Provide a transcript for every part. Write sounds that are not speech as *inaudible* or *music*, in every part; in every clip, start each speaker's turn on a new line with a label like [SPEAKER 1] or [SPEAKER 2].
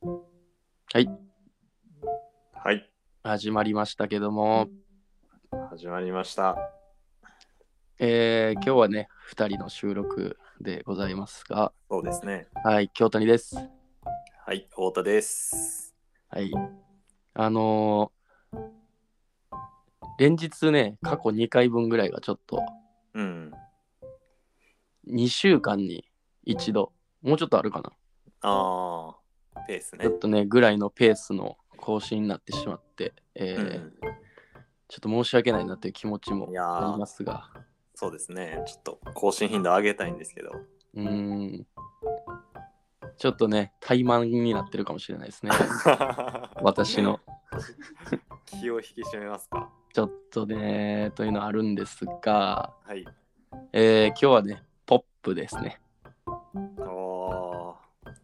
[SPEAKER 1] はい。
[SPEAKER 2] はい。
[SPEAKER 1] 始まりましたけども、
[SPEAKER 2] 始まりました。
[SPEAKER 1] えー今日はね、2人の収録でございますが、
[SPEAKER 2] そうですね。
[SPEAKER 1] はい、京谷です。
[SPEAKER 2] はい、太田です。
[SPEAKER 1] はい。あのー連日ね、過去2回分ぐらいがちょっと、
[SPEAKER 2] うん。
[SPEAKER 1] 2週間に一度、もうちょっとあるかな、
[SPEAKER 2] ああ、ペースね
[SPEAKER 1] ちょ。っとね、ぐらいのペースの更新になってしまって、えー
[SPEAKER 2] うん、
[SPEAKER 1] ちょっと申し訳ないなという気持ちも
[SPEAKER 2] いや
[SPEAKER 1] あ
[SPEAKER 2] ー
[SPEAKER 1] りますが、
[SPEAKER 2] そうですね。ちょっと更新頻度上げたいんですけど。
[SPEAKER 1] うーん。ちょっとね、怠慢になってるかもしれない
[SPEAKER 2] *laughs*
[SPEAKER 1] ですね。 *laughs* 私の。
[SPEAKER 2] 気を引き締めますか。
[SPEAKER 1] ちょっとね、というのはあるんですが、
[SPEAKER 2] はい。
[SPEAKER 1] えー今日はね、ポップですね。
[SPEAKER 2] お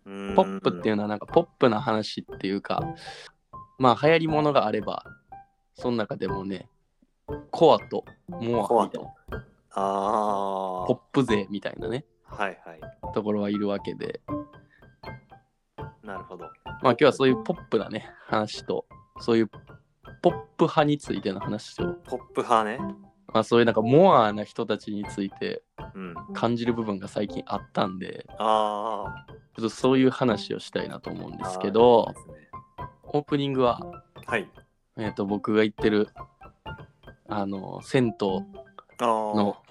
[SPEAKER 2] ー
[SPEAKER 1] ポップっていううのはなんかポップな話っていうか、まあ流行りものがあれば、その中でもね、コアとモ
[SPEAKER 2] コ
[SPEAKER 1] ア
[SPEAKER 2] ア
[SPEAKER 1] みたいな、
[SPEAKER 2] ああ
[SPEAKER 1] ポップ勢みたいなね、
[SPEAKER 2] はいはい。
[SPEAKER 1] ところはいるわけで、
[SPEAKER 2] なるほど。
[SPEAKER 1] まあ今日はそういうポップなね、話と、そういうポップ派についての話を、
[SPEAKER 2] ポップ派ね。
[SPEAKER 1] まあそういうなんかモアな人たちについて
[SPEAKER 2] うん。
[SPEAKER 1] 感じる部分が最近あったんで、
[SPEAKER 2] あー
[SPEAKER 1] ちょっとそういう話をしたいなと思うん
[SPEAKER 2] あー。
[SPEAKER 1] ですけど、
[SPEAKER 2] いいですね
[SPEAKER 1] オープニングは、
[SPEAKER 2] はい。
[SPEAKER 1] えー、と僕が行ってるあの銭湯
[SPEAKER 2] あ
[SPEAKER 1] の
[SPEAKER 2] あ。、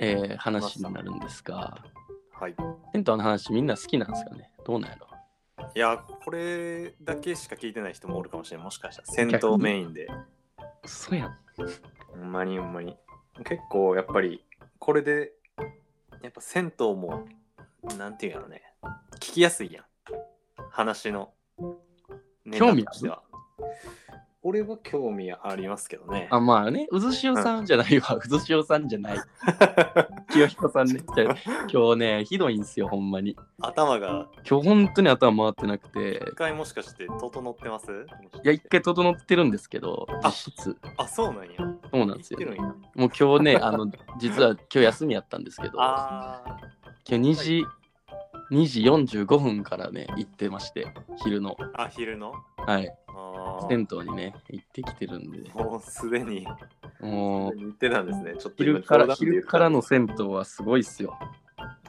[SPEAKER 1] えー話になるんですが
[SPEAKER 2] はい。
[SPEAKER 1] 銭湯の話みんな好きなんですかねどうなんやろ
[SPEAKER 2] いや、これだけしか聞いてない人もおるかもしれない。もしかしたら戦闘メインで。
[SPEAKER 1] そうやん
[SPEAKER 2] ほんまにほんまに。結構やっぱり、これで、やっぱ銭湯も、なんていうんやろね。聞きやすいやん。話の。ネタとしては。俺は興味ありますけどね。
[SPEAKER 1] あまあね渦潮さんじゃないわ渦潮さんじゃない清彦さんねじゃあ今日ねひどいんすよほんまに
[SPEAKER 2] *laughs* 頭が
[SPEAKER 1] 今日本当に頭回ってなくて
[SPEAKER 2] 一回もしかして整ってます
[SPEAKER 1] いや一回整ってるんですけど実質
[SPEAKER 2] あ、そうなんや。
[SPEAKER 1] そうなん
[SPEAKER 2] 言
[SPEAKER 1] で
[SPEAKER 2] っ
[SPEAKER 1] す
[SPEAKER 2] て
[SPEAKER 1] よ
[SPEAKER 2] るんや。
[SPEAKER 1] もう今日ねあの実は今日休みやったんですけど
[SPEAKER 2] あー。
[SPEAKER 1] 今日2時、2時45分からね、行ってまして、昼の、
[SPEAKER 2] あ、昼の
[SPEAKER 1] はい、
[SPEAKER 2] あー
[SPEAKER 1] 銭湯にね、行ってきてるんで、
[SPEAKER 2] もうすでに
[SPEAKER 1] もう、
[SPEAKER 2] 言ってたんですね。ちょっと今
[SPEAKER 1] 昼から、
[SPEAKER 2] 冗談で言っ
[SPEAKER 1] 昼
[SPEAKER 2] た
[SPEAKER 1] からの銭湯はすごいっすよ。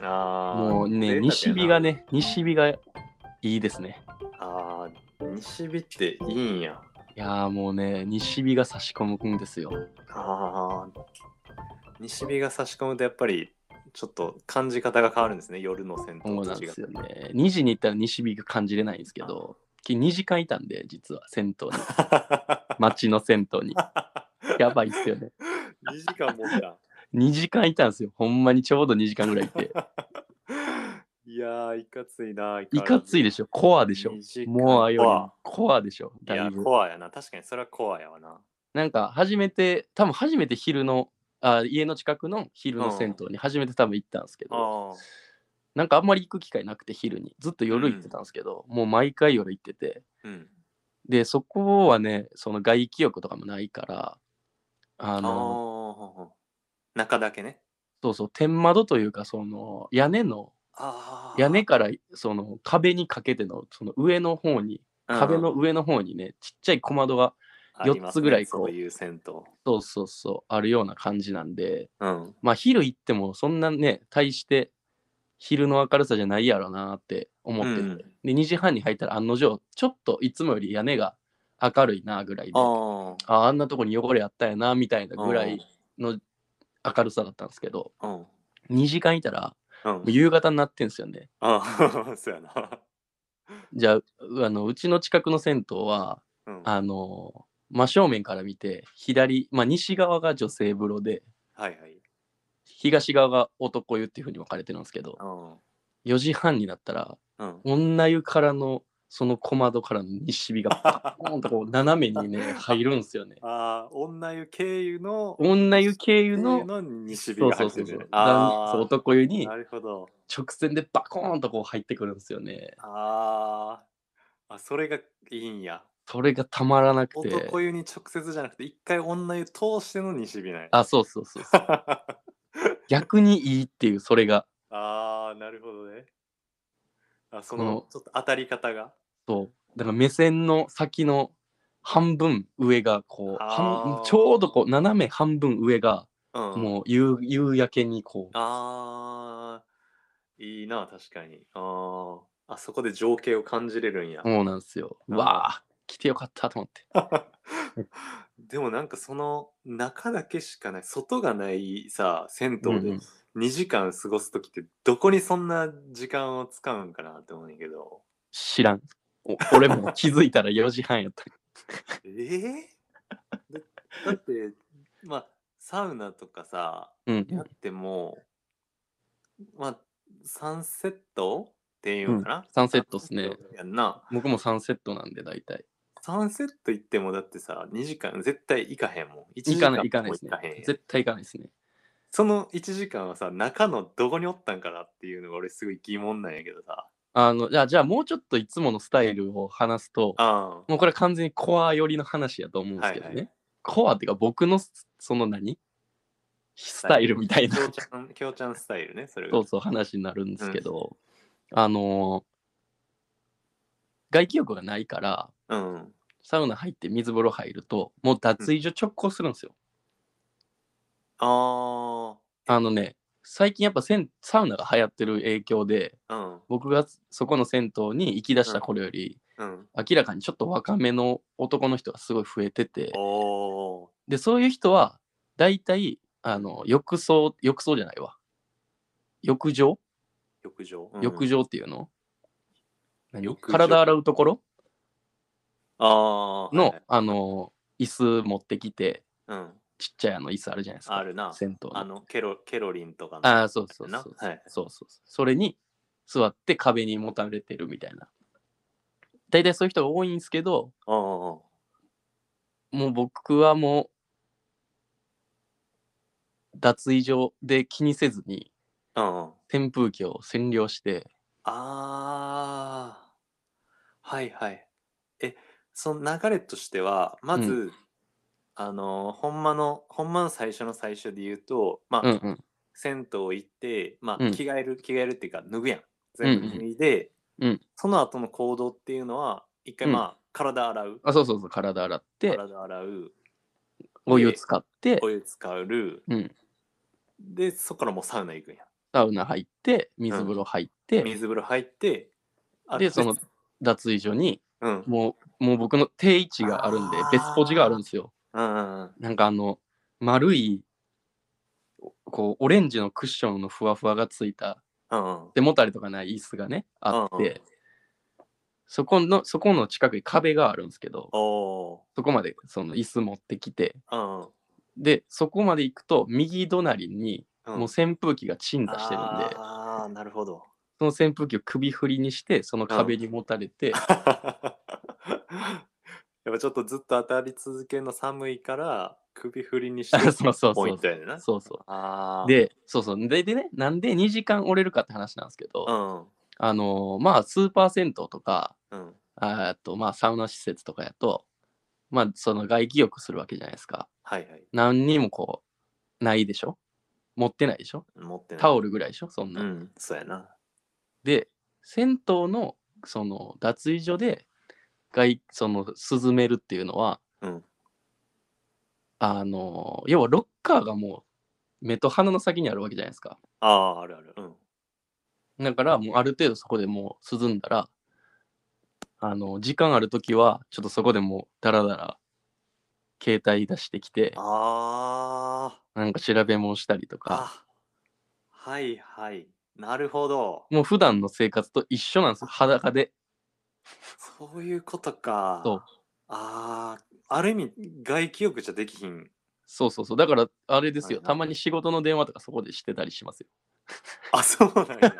[SPEAKER 2] あー
[SPEAKER 1] もうね、
[SPEAKER 2] 贅
[SPEAKER 1] 西
[SPEAKER 2] 沢
[SPEAKER 1] 日
[SPEAKER 2] やな
[SPEAKER 1] がね、西日がいいですね。
[SPEAKER 2] あー西日っていいんや。
[SPEAKER 1] いやーもうね、西日が差し込むんですよ。
[SPEAKER 2] あー西日が差し込むとやっぱりちょっと感じ方が変わるんですね。夜の銭湯
[SPEAKER 1] そう
[SPEAKER 2] と
[SPEAKER 1] なん
[SPEAKER 2] 違
[SPEAKER 1] です
[SPEAKER 2] う
[SPEAKER 1] よ
[SPEAKER 2] *laughs*
[SPEAKER 1] ね。2時に行ったら西日が感じれないんですけど、昨日2時間いたんで、実は銭
[SPEAKER 2] *laughs*
[SPEAKER 1] 湯に、町の銭湯に。やばいっすよね。
[SPEAKER 2] 2時間もった。
[SPEAKER 1] 2時間いたんですよ。ほんまにちょうど2時間ぐらいいて。
[SPEAKER 2] *laughs* いやーいかついな。い
[SPEAKER 1] いかついでしょ、コアで
[SPEAKER 2] で
[SPEAKER 1] しょ。もうよりコアでしょ、
[SPEAKER 2] い
[SPEAKER 1] だい
[SPEAKER 2] や
[SPEAKER 1] ぶ。
[SPEAKER 2] コアやな。確かにそれはコアやわな。
[SPEAKER 1] なんか初めて、多分初めて昼の、あ家の近くの昼の銭湯に初めて多分行ったんですけど、
[SPEAKER 2] あー
[SPEAKER 1] なんかあんまり行く機会なくて昼に、ずっと夜行ってたんですけど、もう毎回夜行ってて、
[SPEAKER 2] うん。
[SPEAKER 1] で、そこはね、その外気浴とかもないから、あ
[SPEAKER 2] あ
[SPEAKER 1] の、
[SPEAKER 2] ー中だけね。
[SPEAKER 1] そうそう、天窓というか、その屋根の、
[SPEAKER 2] あー
[SPEAKER 1] 屋根からその壁にかけての、その上の方に、壁の上の方にね、ちっちゃい小窓が四つぐらいこう
[SPEAKER 2] ありますねそういう銭湯。
[SPEAKER 1] そうそうそう、あるような感じなんで、
[SPEAKER 2] うん。
[SPEAKER 1] まあ昼行ってもそんなね、大して昼の明るさじゃないやろなって思ってて、
[SPEAKER 2] うん
[SPEAKER 1] で、2時半に入ったら案の定、ちょっといつもより屋根が明るいなぐらいで、あ
[SPEAKER 2] あ
[SPEAKER 1] あんなとこに汚れあったやなみたいな
[SPEAKER 2] あ。
[SPEAKER 1] ぐらいの明るさだったんですけど、
[SPEAKER 2] うん。
[SPEAKER 1] 2時間いたら
[SPEAKER 2] うん
[SPEAKER 1] もう。夕方になってんすよね。
[SPEAKER 2] ああ、 *laughs* そうやな。
[SPEAKER 1] じゃあ、うあのうちの近くの銭湯は、
[SPEAKER 2] うん。はい
[SPEAKER 1] あの、真正面から見て、左、まあ西側が女性風呂で、
[SPEAKER 2] はい。
[SPEAKER 1] 東側が男湯っていうふうに分かれてるんですけど
[SPEAKER 2] うん。
[SPEAKER 1] 4時半になったら
[SPEAKER 2] うん。
[SPEAKER 1] 女湯からのその小窓からの西日が
[SPEAKER 2] あ
[SPEAKER 1] ポンとこう斜めに *laughs* ね入るんですよね。
[SPEAKER 2] あ、女湯経由の。
[SPEAKER 1] 女湯経由の
[SPEAKER 2] 西日
[SPEAKER 1] そう
[SPEAKER 2] が
[SPEAKER 1] そ
[SPEAKER 2] 入
[SPEAKER 1] う
[SPEAKER 2] っ
[SPEAKER 1] そ
[SPEAKER 2] て
[SPEAKER 1] うそ
[SPEAKER 2] る
[SPEAKER 1] う
[SPEAKER 2] ね。
[SPEAKER 1] 男
[SPEAKER 2] あ
[SPEAKER 1] そう
[SPEAKER 2] あ。
[SPEAKER 1] 男湯に
[SPEAKER 2] なるほど。
[SPEAKER 1] 直線でバコーンとこう入ってくるんですよね。
[SPEAKER 2] ああ。あ、それがいいんや。
[SPEAKER 1] それがたまらなくて
[SPEAKER 2] 男湯に直接じゃなくて、一回女湯通しての西日なんや。
[SPEAKER 1] あそうそうそうそう *laughs*
[SPEAKER 2] *laughs*
[SPEAKER 1] 逆にいいっていうそれが
[SPEAKER 2] ああ、なるほどね。あ、そ
[SPEAKER 1] この
[SPEAKER 2] の、ちょっと当たり方が。
[SPEAKER 1] そうだから目線の先の半分上がこう
[SPEAKER 2] あ
[SPEAKER 1] 半
[SPEAKER 2] ー
[SPEAKER 1] ちょうどこう斜め半分上が
[SPEAKER 2] うん、
[SPEAKER 1] もう夕夕焼けにこう
[SPEAKER 2] あーいいな確かにあーあそこで情景を感じれるんや、
[SPEAKER 1] そうなんですよ。
[SPEAKER 2] う
[SPEAKER 1] うんわあ、来てよかったと思って。
[SPEAKER 2] でもなんかその中だけしかない外がないさ銭湯
[SPEAKER 1] うんう
[SPEAKER 2] で
[SPEAKER 1] ん
[SPEAKER 2] 2時間過ごす時ってどこにそんな時間を使うんかなって思うんやけど
[SPEAKER 1] 知らん。お俺も気づいたら4時半やった。
[SPEAKER 2] えー、だ *laughs* だってまあサウナとかさ
[SPEAKER 1] うん。
[SPEAKER 2] やってもまあ3セットっていうんかな、
[SPEAKER 1] サンセットっすね。
[SPEAKER 2] やんな
[SPEAKER 1] 僕も3セットなんで大体。
[SPEAKER 2] 3セット行ってもだってさ2時間絶対行かへんもん1
[SPEAKER 1] 行
[SPEAKER 2] 時間
[SPEAKER 1] か
[SPEAKER 2] も
[SPEAKER 1] ない行かないです
[SPEAKER 2] 行かへんやん
[SPEAKER 1] ね。絶対行かないですね。
[SPEAKER 2] その1時間はさ中のどこにおったんかなっていうのが俺すごい疑問なんやけどさ
[SPEAKER 1] あの、じゃあ、じゃあもうちょっといつものスタイルを話すと、
[SPEAKER 2] あ
[SPEAKER 1] もうこれは完全にコア寄りの話やと思うんですけどね。
[SPEAKER 2] はいはい
[SPEAKER 1] コアっていうか僕のその何スタイルみたい
[SPEAKER 2] き
[SPEAKER 1] な
[SPEAKER 2] ょうちゃんきょうちゃんスタイルねそれが
[SPEAKER 1] そうそう話になるんですけど、あのー外気浴がないから、
[SPEAKER 2] うん
[SPEAKER 1] サウナ入って水風呂入るともう脱衣所直行するんですよ、
[SPEAKER 2] あ
[SPEAKER 1] あのね最近やっぱせんサウナが流行ってる影響で
[SPEAKER 2] あうん
[SPEAKER 1] 僕がそこの銭湯に行き出した頃より、
[SPEAKER 2] うん
[SPEAKER 1] 明らかにちょっと若めの男の人がすごい増えてて
[SPEAKER 2] おー
[SPEAKER 1] でそういう人は大体あの浴槽浴槽じゃないわ浴場
[SPEAKER 2] 浴場、うん
[SPEAKER 1] 浴場っていうの、何
[SPEAKER 2] 浴場
[SPEAKER 1] 体洗うところ
[SPEAKER 2] ああ
[SPEAKER 1] の、あの椅子持ってきて
[SPEAKER 2] うん
[SPEAKER 1] ちっちゃいあの椅子あるじゃないですか
[SPEAKER 2] あるな
[SPEAKER 1] 銭湯の
[SPEAKER 2] あのケロケロリンとかの
[SPEAKER 1] ああ、そうそうそうそう。
[SPEAKER 2] はい
[SPEAKER 1] そうそうそうそれに座って壁にもたれてるみたいな。大体そういう人が多いんですけど、
[SPEAKER 2] あー
[SPEAKER 1] もう僕はもう、脱衣所で気にせずに
[SPEAKER 2] あーうん
[SPEAKER 1] 扇風機を占領して、
[SPEAKER 2] ああ、はいはい。え、その流れとしては、まず、
[SPEAKER 1] う
[SPEAKER 2] あのー、ほんまの、ほんまの最初の最初で言うと、まあ、
[SPEAKER 1] うんうん
[SPEAKER 2] 銭湯行って、ま
[SPEAKER 1] う
[SPEAKER 2] あ、
[SPEAKER 1] ん
[SPEAKER 2] 着替える、着替えるっていうか、脱ぐやん。全部
[SPEAKER 1] うんうん
[SPEAKER 2] 脱いで、
[SPEAKER 1] うん
[SPEAKER 2] その後の行動っていうのは、一回
[SPEAKER 1] うん
[SPEAKER 2] まあ、体洗う、
[SPEAKER 1] あ、そうそうそう、体洗って、
[SPEAKER 2] 体洗う、
[SPEAKER 1] お湯使って
[SPEAKER 2] お、湯使う、
[SPEAKER 1] うん
[SPEAKER 2] で、そこからもうサウナ行くんや
[SPEAKER 1] サウナ入って、水風呂入って、
[SPEAKER 2] ん。水風呂入って、あ
[SPEAKER 1] でその、脱衣所に、
[SPEAKER 2] うん、
[SPEAKER 1] もう、もう僕の定位置があるんで
[SPEAKER 2] あー、
[SPEAKER 1] 別ポジがあるんですよ。
[SPEAKER 2] うんうんうん、
[SPEAKER 1] なんかあの丸いおこうオレンジのクッションのふわふわがついた
[SPEAKER 2] うんうん、
[SPEAKER 1] 背もたれとかない椅子がねあって、
[SPEAKER 2] うんうん
[SPEAKER 1] そこのそこの近くに壁があるんですけど
[SPEAKER 2] おー、
[SPEAKER 1] そこまでその椅子持ってきて
[SPEAKER 2] うんうん。
[SPEAKER 1] でそこまで行くと右隣に
[SPEAKER 2] うん
[SPEAKER 1] もう扇風機が鎮座してるんで、
[SPEAKER 2] ああ、なるほ
[SPEAKER 1] *laughs*
[SPEAKER 2] ど。 *laughs*
[SPEAKER 1] その扇風機を首振りにしてその壁にもたれて、
[SPEAKER 2] やっぱちょっとずっと当たり続けるの寒いから首振りにして
[SPEAKER 1] *laughs* *laughs* そうそうそう
[SPEAKER 2] ポイントやねんな。
[SPEAKER 1] そうそ
[SPEAKER 2] あ
[SPEAKER 1] う
[SPEAKER 2] あ。、
[SPEAKER 1] でそうそうででねなんで2時間折れるかって話なんですけど、
[SPEAKER 2] うん。
[SPEAKER 1] あのーまあスーパー銭湯とか
[SPEAKER 2] うん。
[SPEAKER 1] あーとまあサウナ施設とかやとまあその外気浴するわけじゃないですか
[SPEAKER 2] はいはい。
[SPEAKER 1] 何にもこうないでしょ持ってないでしょ
[SPEAKER 2] 持ってない。
[SPEAKER 1] タオルぐらいでしょそんな、
[SPEAKER 2] うん、そうやな。
[SPEAKER 1] で銭湯のその脱衣所で外その涼めるっていうのは、
[SPEAKER 2] うん
[SPEAKER 1] あのー要はロッカーがもう目と鼻の先にあるわけじゃないですか
[SPEAKER 2] ああ、あるある。うん。
[SPEAKER 1] だからもうある程度そこでもう涼んだらあの時間ある時はちょっとそこでもうダラダラ携帯出してきて
[SPEAKER 2] あ
[SPEAKER 1] なんか調べ物したりと
[SPEAKER 2] あ。
[SPEAKER 1] か
[SPEAKER 2] あ。はいはい。なるほど。
[SPEAKER 1] もう普段の生活と一緒なんですよ裸で
[SPEAKER 2] そういうことか。
[SPEAKER 1] そう
[SPEAKER 2] ああ。ある意味、外気浴じゃできひん。
[SPEAKER 1] そうそうそうだからあれですよ
[SPEAKER 2] はいはい
[SPEAKER 1] たまに仕事の電話とかそこでしてたりしますよ
[SPEAKER 2] あ、そうなんや。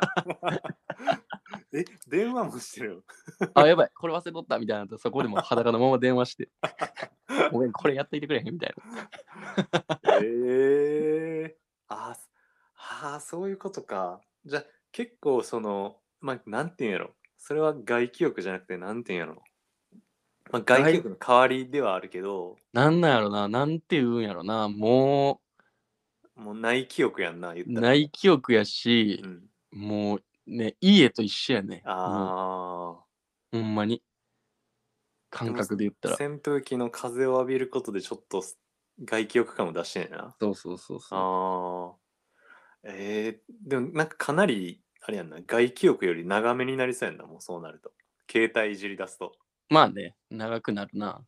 [SPEAKER 2] *laughs* え、電話もしてるの
[SPEAKER 1] あやばいこれ忘れとったみたいなとそこでもう裸のまま電話して
[SPEAKER 2] *laughs*
[SPEAKER 1] ごめんこれやっといてくれへんみたいな
[SPEAKER 2] ええあーそあーそういうことかじゃあ結構そのまあなんていうんやろそれは外気浴じゃなくてなんていうんやろ、まあ、外気浴の代わりではあるけど
[SPEAKER 1] なんなんやろななんて言うんやろなも
[SPEAKER 2] もう内気浴やんな言っ
[SPEAKER 1] う
[SPEAKER 2] たら
[SPEAKER 1] 内記憶やし、
[SPEAKER 2] うん、
[SPEAKER 1] もうね、家と一緒やね。も
[SPEAKER 2] あ
[SPEAKER 1] うほんまに。感覚で言ったら。
[SPEAKER 2] 扇風機の風を浴びることでちょっと外気浴感を出してんねんな
[SPEAKER 1] そうそうそうそう。
[SPEAKER 2] ああ。えー、でもなんかかなり、あれやんな、外気浴より長めになりそうやんな、もうそうなると。携帯いじり出すと。
[SPEAKER 1] まあね、長くなるな。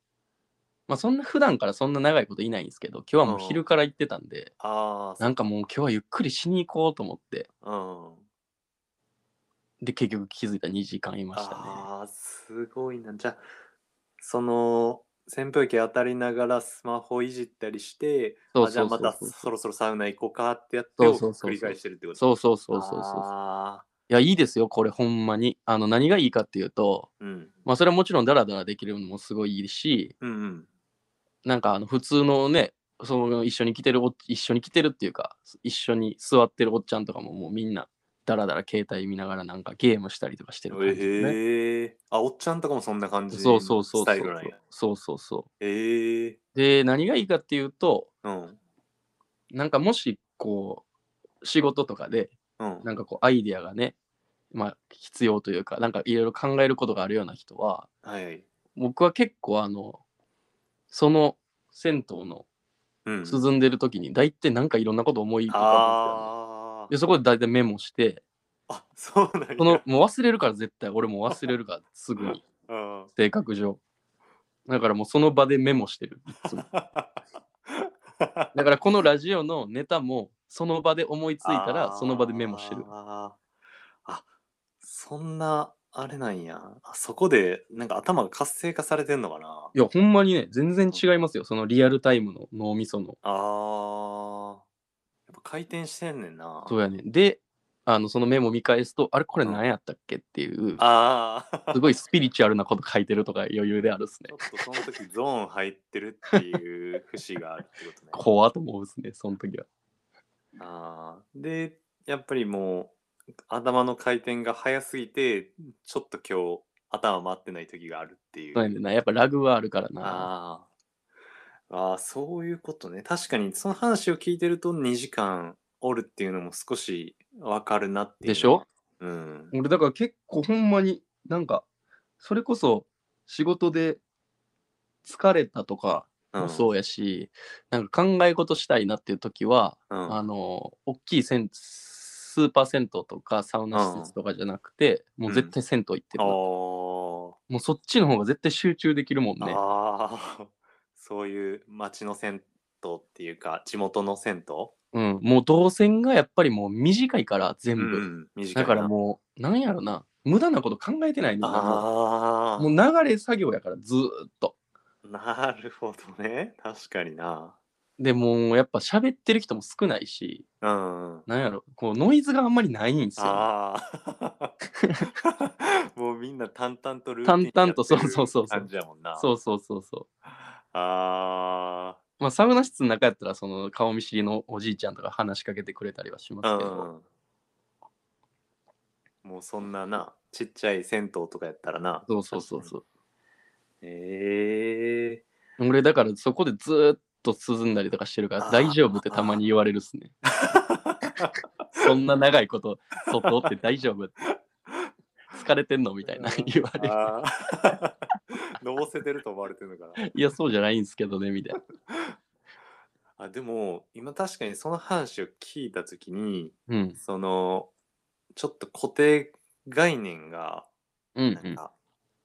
[SPEAKER 1] まあそんな普段からそんな長いこといないんですけど、今日はもう昼から行ってたんで、
[SPEAKER 2] あ
[SPEAKER 1] なんかもう今日はゆっくりしに行こうと思って、
[SPEAKER 2] あ、うん。
[SPEAKER 1] で、結局気づいたら2時間いましたね。
[SPEAKER 2] ああ、すごいな。じゃあ、その、扇風機当たりながらスマホいじったりして、
[SPEAKER 1] そう
[SPEAKER 2] あじゃあまた
[SPEAKER 1] そうそうそう
[SPEAKER 2] そろそろサウナ行こうかってやって
[SPEAKER 1] そう
[SPEAKER 2] を
[SPEAKER 1] そうそうそう
[SPEAKER 2] 繰り返してるってこと
[SPEAKER 1] そうそうそうそうそう。
[SPEAKER 2] あ
[SPEAKER 1] いや、いいですよ、これほんまに。あの、何がいいかっていうと、
[SPEAKER 2] ーうん。
[SPEAKER 1] まあそれはもちろんダラダラできるのもすごいいいし、
[SPEAKER 2] うんうん。
[SPEAKER 1] なんかあの普通のね、その一緒に来てるおっ、一緒に来てるっていうか、一緒に座ってるおっちゃんとかももうみんな、ダラダラ携帯見ながらなんかゲームしたりとかしてる感じですね。
[SPEAKER 2] ええあ、おっちゃんとかもそんな感じ
[SPEAKER 1] そうそうそうそ
[SPEAKER 2] スタ
[SPEAKER 1] う
[SPEAKER 2] イルなんや。
[SPEAKER 1] そうそうそ
[SPEAKER 2] ええ
[SPEAKER 1] うで何がいいかっていうと
[SPEAKER 2] うん。
[SPEAKER 1] なんかもしこう仕事とかで
[SPEAKER 2] うん。
[SPEAKER 1] なんかこうアイディアがねまあ必要というかなんかいろいろ考えることがあるような人は
[SPEAKER 2] はいはい。
[SPEAKER 1] 僕は結構あのその銭湯の
[SPEAKER 2] うん。
[SPEAKER 1] 涼んでる時に大体なんかいろんなこと思い浮か
[SPEAKER 2] あ
[SPEAKER 1] ぶんですよ
[SPEAKER 2] ー
[SPEAKER 1] ねでそこで大体メモして
[SPEAKER 2] あ、そうなんや。
[SPEAKER 1] このもう忘れるから絶対俺もう忘れるから
[SPEAKER 2] *laughs*
[SPEAKER 1] すぐに
[SPEAKER 2] うん、
[SPEAKER 1] 性格上だからもうその場でメモしてるいつもだからこのラジオのネタもその場で思いついたらその場でメモしてる。
[SPEAKER 2] あーあ、そんな、あれなんや。あそこで、なんか頭が活性化されてんのかない
[SPEAKER 1] やほんまにね全然違いますよそのリアルタイムの脳みその。
[SPEAKER 2] あーやっぱ回転してんねんな。
[SPEAKER 1] そうやねであのそのメモ見返すとあれこれ何やったっけっていう
[SPEAKER 2] ああ。
[SPEAKER 1] すごいスピリチュアルなこと書いてるとか余裕であるっす
[SPEAKER 2] ち
[SPEAKER 1] ね
[SPEAKER 2] ょ。っとその時ゾーン入ってるっていう節があるってことね。
[SPEAKER 1] 怖と思うっすねその時は。
[SPEAKER 2] あーでやっぱりもう頭の回転が早すぎてちょっと今日頭回ってない時があるっていう。
[SPEAKER 1] そうやねんなやっぱラグはあるからな。
[SPEAKER 2] あーあーそういうことね確かにその話を聞いてると2時間おるっていうのも少しわかるなっていうの
[SPEAKER 1] で
[SPEAKER 2] は
[SPEAKER 1] しょ
[SPEAKER 2] うん
[SPEAKER 1] 俺だから結構ほんまになんかそれこそ仕事で疲れたとかもそうやし、なんか考え事したいなっていう時は
[SPEAKER 2] うん、うん
[SPEAKER 1] あの、大きいせんスーパー銭湯とかサウナ施設とかじゃなくて、もう絶対銭湯行ってるな、
[SPEAKER 2] おー
[SPEAKER 1] もうそっちの方が絶対集中できるもんね。
[SPEAKER 2] あー *laughs* そういう町の銭湯っていうか地元の銭湯
[SPEAKER 1] うん、もう動線がやっぱりもう短いから全部。
[SPEAKER 2] ん、短い
[SPEAKER 1] だか
[SPEAKER 2] な
[SPEAKER 1] らもう、なんやろな、無駄なこと考えてないんだな。
[SPEAKER 2] ああ
[SPEAKER 1] もう流れ作業やからずーっと。
[SPEAKER 2] なるほどね。確かにな。
[SPEAKER 1] でもうやっぱ喋ってる人も少ないし、
[SPEAKER 2] うん。あ
[SPEAKER 1] なんやろ、こうノイズがあんまりないんですよ。
[SPEAKER 2] あー。 *laughs* もうみんな淡々とルーティン
[SPEAKER 1] 淡々と
[SPEAKER 2] やってる
[SPEAKER 1] そうそうそうそう
[SPEAKER 2] 感じやもんな。。
[SPEAKER 1] そううそうそうそう。
[SPEAKER 2] あ
[SPEAKER 1] まあ、サウナ室の中やったらその顔見知りのおじいちゃんとか話しかけてくれたりはしま
[SPEAKER 2] あ。
[SPEAKER 1] すけ
[SPEAKER 2] う
[SPEAKER 1] ど、
[SPEAKER 2] ん。もうそんなな、ちっちゃい銭湯とかやったらな。
[SPEAKER 1] そうそうそうそう
[SPEAKER 2] ええ
[SPEAKER 1] 俺だからそこでずーっと涼んだりとかしてるから
[SPEAKER 2] あー
[SPEAKER 1] 大丈夫ってたまに言われるっ
[SPEAKER 2] *laughs*
[SPEAKER 1] すねそんな長いこと外って大丈夫って疲れてんのみたいな言われる
[SPEAKER 2] ああ。 *laughs* のぼせてると思われてるのかな。
[SPEAKER 1] いやそうじゃないんすけどねみたいな
[SPEAKER 2] あでも今確かにその話を聞いたときに、
[SPEAKER 1] うん
[SPEAKER 2] そのちょっと固定概念が
[SPEAKER 1] うん
[SPEAKER 2] なんか、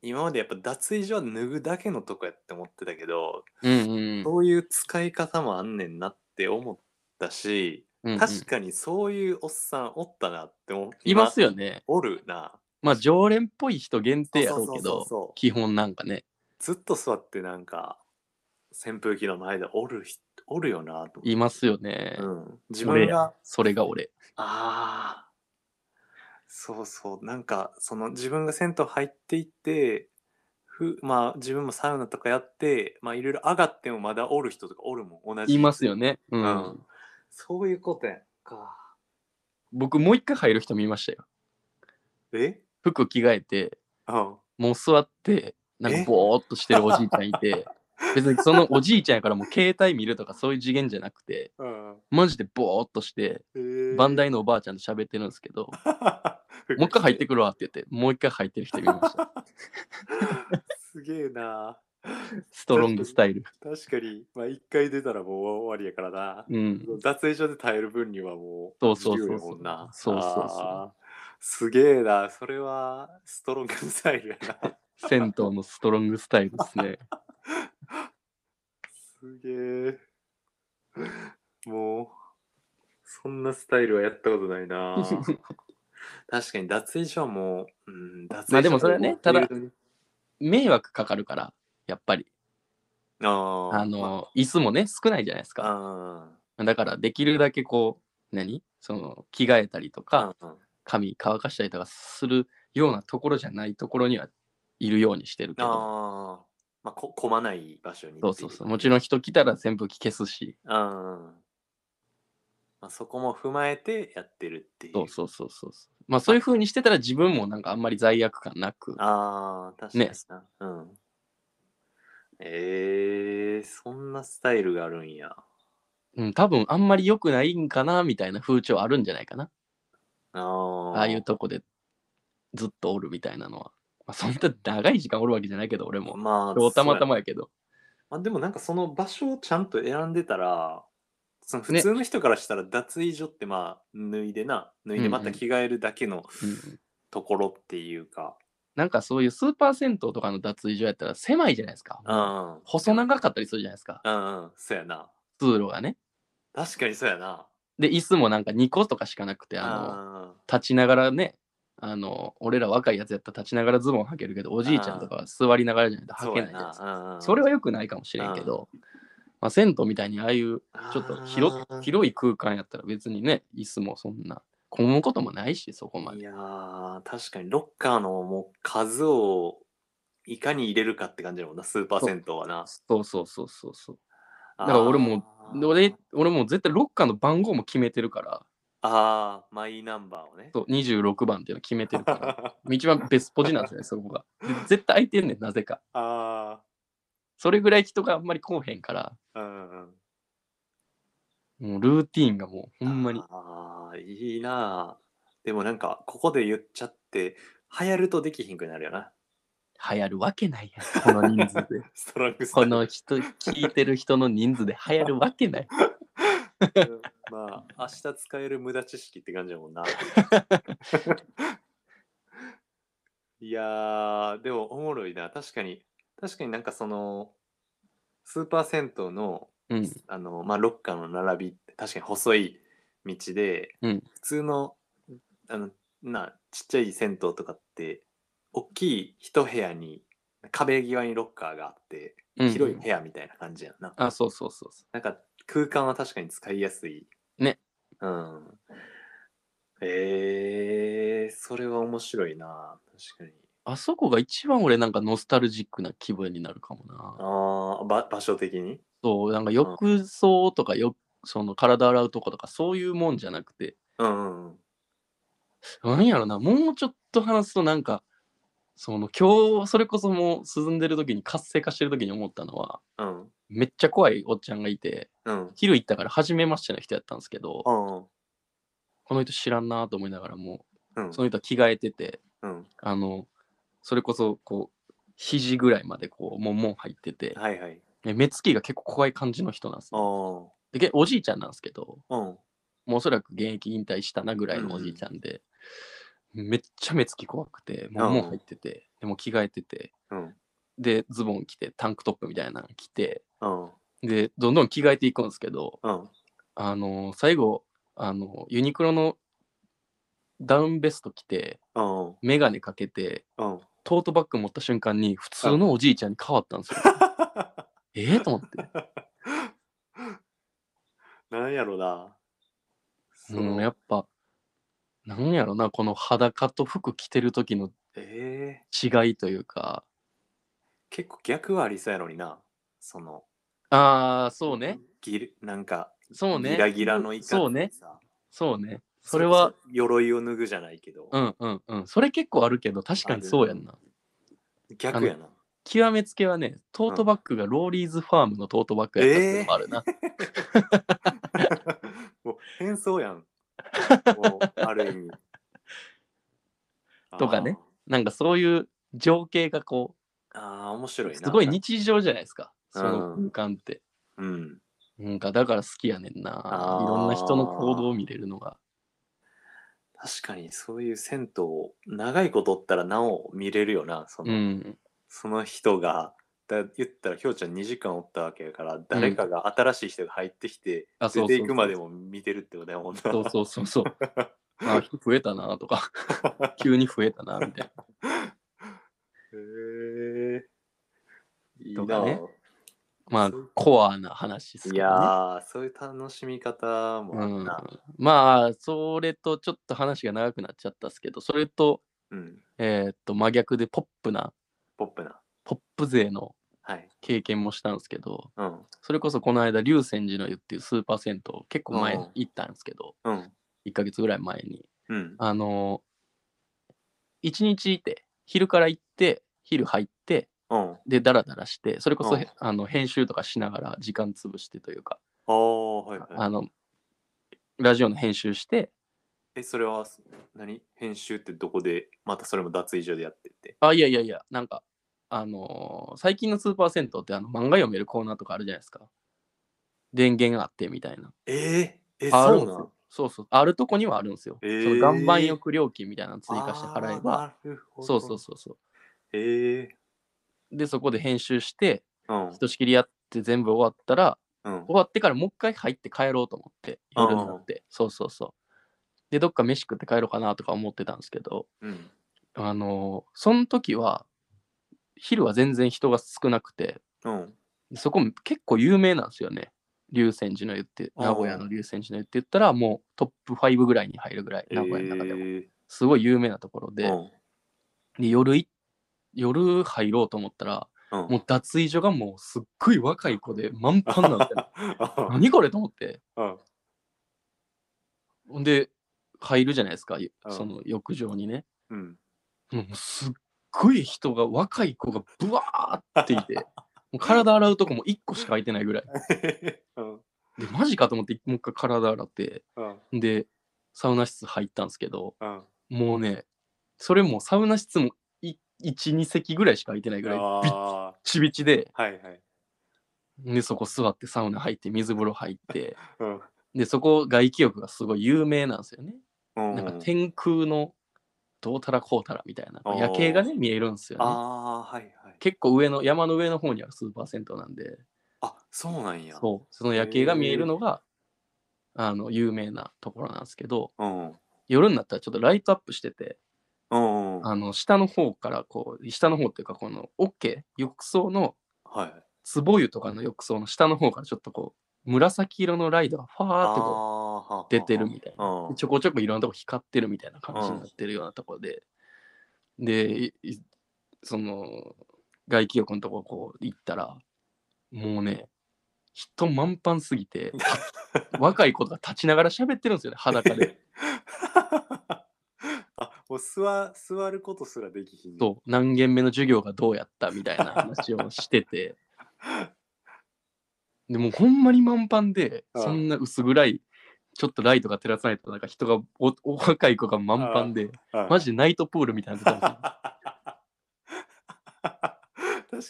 [SPEAKER 2] 今までやっぱ脱衣所は脱ぐだけのとこやって思ってたけど、
[SPEAKER 1] うんうんうん
[SPEAKER 2] そういう使い方もあんねんなって思ったし、
[SPEAKER 1] うんうん
[SPEAKER 2] 確かにそういうおっさんおったなって思
[SPEAKER 1] います
[SPEAKER 2] よ
[SPEAKER 1] よね
[SPEAKER 2] おるな
[SPEAKER 1] まあ常連っぽい人限定やろう
[SPEAKER 2] そう
[SPEAKER 1] け
[SPEAKER 2] そうそう
[SPEAKER 1] ど
[SPEAKER 2] そう
[SPEAKER 1] 基本なんかね
[SPEAKER 2] ずっと座ってなんか扇風機の前でおる人おるよなと思って
[SPEAKER 1] いますよね、
[SPEAKER 2] うん、自
[SPEAKER 1] 俺
[SPEAKER 2] 分が
[SPEAKER 1] それが俺
[SPEAKER 2] ああ。そうそう。なんか、その自分が銭湯入っていって、ふまあ自分もサウナとかやって、まあいろいろ上がってもまだおる人とかおるもん、同じ。
[SPEAKER 1] いますよ。ねう、
[SPEAKER 2] うんん。そういうことやんか。
[SPEAKER 1] 僕もう一回入る人見ましたよ
[SPEAKER 2] え
[SPEAKER 1] 服着替えて
[SPEAKER 2] うん。
[SPEAKER 1] もう座ってなんか
[SPEAKER 2] え
[SPEAKER 1] ボーっとしてるおじいちゃんいて
[SPEAKER 2] *laughs*
[SPEAKER 1] 別にそのおじいちゃんやからもう携帯見るとかそういう次元じゃなくて
[SPEAKER 2] うん。
[SPEAKER 1] マジでボーっとして
[SPEAKER 2] えー
[SPEAKER 1] バンダイのおばあちゃんと喋ってるんですけど
[SPEAKER 2] *laughs*
[SPEAKER 1] もう一回入ってくるわって言ってもう一回入ってる人見ました
[SPEAKER 2] すすげえな
[SPEAKER 1] ストロングスタイル。
[SPEAKER 2] 確かに、まあ、1回出たらもう終わりやからな。
[SPEAKER 1] うん。
[SPEAKER 2] 脱衣所で耐える分にはもう
[SPEAKER 1] そうそうそうそう
[SPEAKER 2] 自由やもんな。
[SPEAKER 1] そうそうそう
[SPEAKER 2] あーすげえな、それはストロングスタイルやな。
[SPEAKER 1] 銭湯のストロングスタイルですね。
[SPEAKER 2] すげえ。もう、そんなスタイルはやったことな
[SPEAKER 1] *laughs*
[SPEAKER 2] いな。確かに脱衣所はもう、うん、脱衣所
[SPEAKER 1] まあでもそれはね
[SPEAKER 2] うフィー
[SPEAKER 1] ただ
[SPEAKER 2] ルドに
[SPEAKER 1] 迷惑かかるから、やっぱり。
[SPEAKER 2] あー
[SPEAKER 1] あ
[SPEAKER 2] ま
[SPEAKER 1] の、椅子もね、少ないじゃないです
[SPEAKER 2] あ
[SPEAKER 1] か。
[SPEAKER 2] あ
[SPEAKER 1] だから、できるだけこう、何その、着替えたりと
[SPEAKER 2] ー
[SPEAKER 1] か、
[SPEAKER 2] うんうん
[SPEAKER 1] 髪乾かしたりとかするようなところじゃないところにはいるようにしてるけど。
[SPEAKER 2] あーまあ、こ混まない場所に
[SPEAKER 1] そうそうそう。もちろん人来たら扇風機消すし。
[SPEAKER 2] うんまあ、そこも踏まえてやってるっていう。
[SPEAKER 1] そうそうそうそうそう。まあそういう風にしてたら自分もなんかあんまり罪悪感なく。
[SPEAKER 2] ああ、確かにな。うん。えー、そんなスタイルがあるんや。
[SPEAKER 1] うん、多分あんまり良くないんかなみたいな風潮あるんじゃないかな。
[SPEAKER 2] あー
[SPEAKER 1] ああいうとこでずっとおるみたいなのは。まあ、そんな長い時間おるわけじゃないけど、俺も。
[SPEAKER 2] まあ、
[SPEAKER 1] 今日たまた
[SPEAKER 2] そうや
[SPEAKER 1] まやけど。
[SPEAKER 2] まあ、でもなんかその場所をちゃんと選んでたら、その普通の人からしたら脱衣所ってまあ脱いでな、脱いでまた着替えるだけの
[SPEAKER 1] うん
[SPEAKER 2] ところっていうか、
[SPEAKER 1] なんかそういうスーパー銭湯とかの脱衣所やったら狭いじゃないですか。
[SPEAKER 2] うん、うん、
[SPEAKER 1] 細長かったりするじゃないですか。
[SPEAKER 2] うんうん、そうやな。
[SPEAKER 1] 通路がね。
[SPEAKER 2] 確かにそうやな。
[SPEAKER 1] で、椅子もなんか2個とかしかなくて、あの、
[SPEAKER 2] あ
[SPEAKER 1] 立ちながらね、あの、俺ら若いやつやったら立ちながらズボン履けるけど、おじいちゃんとかは座りながらじゃないと
[SPEAKER 2] ー
[SPEAKER 1] 履
[SPEAKER 2] そう
[SPEAKER 1] け
[SPEAKER 2] や
[SPEAKER 1] ないじゃない
[SPEAKER 2] な
[SPEAKER 1] です
[SPEAKER 2] う
[SPEAKER 1] か。
[SPEAKER 2] んうん。
[SPEAKER 1] それは良くないかもしれんけど、まあ、銭湯みたいにああいうちょっと広
[SPEAKER 2] あー
[SPEAKER 1] 広い空間やったら別にね、椅子もそんな、混むこともないし、そこま
[SPEAKER 2] い
[SPEAKER 1] で。
[SPEAKER 2] やー確かにロッカーのもう数をいかに入れるかって感じだもんなスーパー銭湯はな
[SPEAKER 1] そうそうそうそうそう。だから俺も
[SPEAKER 2] あー
[SPEAKER 1] 俺、俺もう絶対ロッカーの番号も決めてるから、
[SPEAKER 2] あーマイナンバーをね
[SPEAKER 1] そう26番っていうの決めてるから、一番ベスポジなんですよね、そこが。で絶対空いてんねん、なぜか。
[SPEAKER 2] *laughs* あ
[SPEAKER 1] それぐらい人があんまり来おへんから、
[SPEAKER 2] ーうんうん
[SPEAKER 1] もうルーティーンがもうほんまに。
[SPEAKER 2] あーいいなーでもなんかここで言っちゃって流行るとできひんくなるよな
[SPEAKER 1] 流行るわけないやん、この人数
[SPEAKER 2] *laughs*
[SPEAKER 1] で。
[SPEAKER 2] ストラングスタ
[SPEAKER 1] こ
[SPEAKER 2] イル
[SPEAKER 1] の人、聞いてる人の人数で流行るわけない。
[SPEAKER 2] うんまあ明日使える無駄知識って感じだもんな。いやーでもおもろいな確かに確かになんかそのスーパー銭湯の
[SPEAKER 1] うん、
[SPEAKER 2] あの、まあ、ロッカーの並びって確かに細い道で、
[SPEAKER 1] うん
[SPEAKER 2] 普通のあのなちっちゃい銭湯とかって大きい一部屋に壁際にロッカーがあって
[SPEAKER 1] うん。
[SPEAKER 2] 広い部屋みたいな感じやんな。
[SPEAKER 1] あ、そうそうそうそ
[SPEAKER 2] なんか空間は確かに使いやすい。
[SPEAKER 1] ね。
[SPEAKER 2] うん。えー、それは面白いな。確かに。
[SPEAKER 1] う。あそこが一番俺なんかノスタルジックな気分になるかもな。
[SPEAKER 2] ああ、ば場所的に
[SPEAKER 1] そう、なんか浴槽とかよ、その体洗うとことかそういうもんじゃなくて、
[SPEAKER 2] うんうん。
[SPEAKER 1] なんやろな、もうちょっと話すとなんか、その今日それこそもう進んでる時に活性化してる時に思ったのは、
[SPEAKER 2] うん。
[SPEAKER 1] めっちゃ怖いおっちゃんがいて、
[SPEAKER 2] うん。
[SPEAKER 1] 昼行ったから初めましての人やったんですけど、
[SPEAKER 2] うん。
[SPEAKER 1] この人知らんなと思いながらも
[SPEAKER 2] う
[SPEAKER 1] うんそ。の人は着替えてて
[SPEAKER 2] うん。
[SPEAKER 1] あのそれこそこう肘ぐらいまでこうもんもん入ってて
[SPEAKER 2] はいはい。
[SPEAKER 1] で目つきが結構怖い感じの人なんです
[SPEAKER 2] あ
[SPEAKER 1] よ
[SPEAKER 2] あ。
[SPEAKER 1] でげおじいちゃんなんですけど
[SPEAKER 2] うん。
[SPEAKER 1] もうおそらく現役引退したなぐらいのおじいちゃんで、めっちゃ目つき怖くてもんもん入っててでも着替えてて
[SPEAKER 2] うん。
[SPEAKER 1] でズボン着てタンクトップみたいなの着て
[SPEAKER 2] うん。
[SPEAKER 1] でどんどん着替えていくんですけど、
[SPEAKER 2] うん。
[SPEAKER 1] あの最後あのユニクロのダウンベスト着て
[SPEAKER 2] うん。
[SPEAKER 1] 眼鏡かけて
[SPEAKER 2] うん。 *laughs*
[SPEAKER 1] トートバッグ持った瞬間に普通のおじいちゃんに変わったんですよ。 *laughs* ええと思って。
[SPEAKER 2] なんやろな。そ
[SPEAKER 1] うん、
[SPEAKER 2] の
[SPEAKER 1] やっぱなんやろなこの裸と服着てる時の
[SPEAKER 2] え
[SPEAKER 1] 違いというか
[SPEAKER 2] ー、結構逆はありそうやのにな。その、
[SPEAKER 1] ああそうね
[SPEAKER 2] ギリなんか、
[SPEAKER 1] そうね
[SPEAKER 2] ギラギラのいかつさ
[SPEAKER 1] そうねそうねそれは
[SPEAKER 2] 鎧を脱ぐじゃないけど、
[SPEAKER 1] うんうんうんそれ結構あるけど確かにそうやんな。
[SPEAKER 2] 逆やな。
[SPEAKER 1] 極めつけはねトートバッグがローリーズファームのトートバッグやったっていうのもある *laughs* な。
[SPEAKER 2] もう変
[SPEAKER 1] *laughs*
[SPEAKER 2] 装やん。もうある意味。
[SPEAKER 1] とかねなんかそういう情景がこう
[SPEAKER 2] ああ、面白いな。
[SPEAKER 1] すごい日常じゃないですか、
[SPEAKER 2] う
[SPEAKER 1] そ
[SPEAKER 2] ん
[SPEAKER 1] の空間って。
[SPEAKER 2] うん。
[SPEAKER 1] なんかだから好きやねんな。
[SPEAKER 2] あー
[SPEAKER 1] いろんな人の行動を見れるのが。
[SPEAKER 2] 確かに、そういう銭湯を長いことおったらなお見れるよな。その、
[SPEAKER 1] うん。
[SPEAKER 2] その人が、だ言ったら、ひょうちゃん2時間おったわけやから、誰かが新しい人が入ってきて、
[SPEAKER 1] あ、そ
[SPEAKER 2] 出
[SPEAKER 1] う
[SPEAKER 2] て
[SPEAKER 1] そう
[SPEAKER 2] い
[SPEAKER 1] そう
[SPEAKER 2] くまでも見てるってことやもんな。
[SPEAKER 1] そうそうそう
[SPEAKER 2] *laughs*
[SPEAKER 1] そう。あ、増えたなとか、急に増えたなみたいな。
[SPEAKER 2] へえ。いい
[SPEAKER 1] とか
[SPEAKER 2] な。
[SPEAKER 1] ねまあ
[SPEAKER 2] そう、
[SPEAKER 1] コアな話です
[SPEAKER 2] い
[SPEAKER 1] けど
[SPEAKER 2] や
[SPEAKER 1] ね。
[SPEAKER 2] ー、そういう楽しみ方もあ
[SPEAKER 1] う
[SPEAKER 2] る
[SPEAKER 1] ん
[SPEAKER 2] な。、
[SPEAKER 1] まあそれとちょっと話が長くなっちゃったっすけどそれと,、
[SPEAKER 2] うん。
[SPEAKER 1] えーっと真逆でポップな
[SPEAKER 2] ポップな。
[SPEAKER 1] ポップ勢の
[SPEAKER 2] はい。
[SPEAKER 1] 経験もしたんですけど
[SPEAKER 2] うん。
[SPEAKER 1] それこそこの間龍泉寺の湯っていうスーパー銭湯結構前に行ったんですけど、
[SPEAKER 2] うん。
[SPEAKER 1] 1ヶ月ぐらい前に
[SPEAKER 2] うん。
[SPEAKER 1] あの1日いて昼から行って昼入って
[SPEAKER 2] うん。
[SPEAKER 1] でダラダラしてそれこそ、
[SPEAKER 2] うん
[SPEAKER 1] あの編集とかしながら時間潰してというか、
[SPEAKER 2] ああ、はいはい。
[SPEAKER 1] あのラジオの編集して
[SPEAKER 2] え、それは、何編集ってどこで、またそれも脱衣所でやってって。
[SPEAKER 1] あ、いやいやいや、なんか、あのー最近のスーパー銭湯ってあの漫画読めるコーナーとかあるじゃないですか。電源あってみたいな。
[SPEAKER 2] えー、え、
[SPEAKER 1] あるんです
[SPEAKER 2] そうな
[SPEAKER 1] よ
[SPEAKER 2] ん。
[SPEAKER 1] そうそう。あるとこにはあるんですよ。
[SPEAKER 2] えー
[SPEAKER 1] その岩盤浴料金みたいなの追加して払えば。
[SPEAKER 2] あー。なるほど
[SPEAKER 1] そうそう。そうそ
[SPEAKER 2] ええ
[SPEAKER 1] う。で、そこで編集して、
[SPEAKER 2] ー。
[SPEAKER 1] ひとしきりやって全部終わったら、
[SPEAKER 2] うん。うん
[SPEAKER 1] 終。わってからもう一回入って帰ろうと思って、夜になって。そうそうそう。で、どっか飯食って帰ろうかなとか思ってたんですけど、
[SPEAKER 2] うん。
[SPEAKER 1] あのーその時は、昼は全然人が少なくて、
[SPEAKER 2] うん。
[SPEAKER 1] そこ結構有名なんですよね。龍泉寺の湯って、
[SPEAKER 2] あー
[SPEAKER 1] 名古屋の龍泉寺の湯って言ったら、もうトップ5ぐらいに入るぐらい、名古屋の中でも。
[SPEAKER 2] え
[SPEAKER 1] すごい有名なところで、
[SPEAKER 2] ーうん
[SPEAKER 1] で夜い夜入ろうと思ったら、
[SPEAKER 2] うん。
[SPEAKER 1] もう脱衣所がもうすっごい若い子で満帆なん
[SPEAKER 2] *laughs*
[SPEAKER 1] ですよ。 *laughs*
[SPEAKER 2] う
[SPEAKER 1] 何これと思って。
[SPEAKER 2] ん。
[SPEAKER 1] ほんで、入るじゃないですか、ゆ
[SPEAKER 2] うん
[SPEAKER 1] その浴場にね。
[SPEAKER 2] うん。
[SPEAKER 1] もうすっごい人が、若い子がブワーっていて、も
[SPEAKER 2] *laughs*
[SPEAKER 1] う体洗うとこも1個しか空いてないぐらい。
[SPEAKER 2] うん。
[SPEAKER 1] で、マジかと思って、もう一回体洗って。
[SPEAKER 2] うん。
[SPEAKER 1] でサウナ室入ったんですけど
[SPEAKER 2] うん。
[SPEAKER 1] もうねそれもサウナ室も12席ぐらいしか空いてないぐらい
[SPEAKER 2] あ
[SPEAKER 1] びっ
[SPEAKER 2] あ
[SPEAKER 1] ちびちで
[SPEAKER 2] ー。はいはい。
[SPEAKER 1] でそこ座ってサウナ入って水風呂入って
[SPEAKER 2] *laughs* うん。
[SPEAKER 1] でそこ外気浴がすごい有名なんですよね。
[SPEAKER 2] うん
[SPEAKER 1] なんか天空のどうたらこうたらみたいな夜景がね見えるんですよね。
[SPEAKER 2] ああー、はいはい。
[SPEAKER 1] 結構上の山の上の方にあるスーパー銭湯なんで
[SPEAKER 2] あ、そうなんや。
[SPEAKER 1] そうその夜景が見えるのがあの有名なところなんですけど
[SPEAKER 2] うん。うん
[SPEAKER 1] 夜になったらちょっとライトアップしてて
[SPEAKER 2] うん。は
[SPEAKER 1] あの下の方からこう下の方っていうかこのオッケー浴槽の
[SPEAKER 2] い。
[SPEAKER 1] 壺湯とかの浴槽の下の方からちょっとこう紫色のライトがファーってこ
[SPEAKER 2] あ
[SPEAKER 1] う
[SPEAKER 2] ー
[SPEAKER 1] 出てる。みたいな
[SPEAKER 2] うん
[SPEAKER 1] ちょこちょこいろんなとこ光ってるみたいな感じになってるようなところででいいその外気浴のとここう行ったらもうね人満帆すぎ
[SPEAKER 2] *laughs*
[SPEAKER 1] て若い子とか立ちながら喋ってるんですよね裸で。
[SPEAKER 2] *laughs* あ、もう座、座ることすらできひん。
[SPEAKER 1] そう何限目の授業がどうやったみたいな話をして
[SPEAKER 2] *laughs*
[SPEAKER 1] てでもうほんまに満帆で
[SPEAKER 2] うん
[SPEAKER 1] そんな薄暗いちょっとライトが照らさないとなんか人がおお若い子が満帆で
[SPEAKER 2] う。
[SPEAKER 1] マ
[SPEAKER 2] ジ
[SPEAKER 1] ジ
[SPEAKER 2] *laughs*
[SPEAKER 1] でナイトプールみたいになってたんですよ
[SPEAKER 2] 確か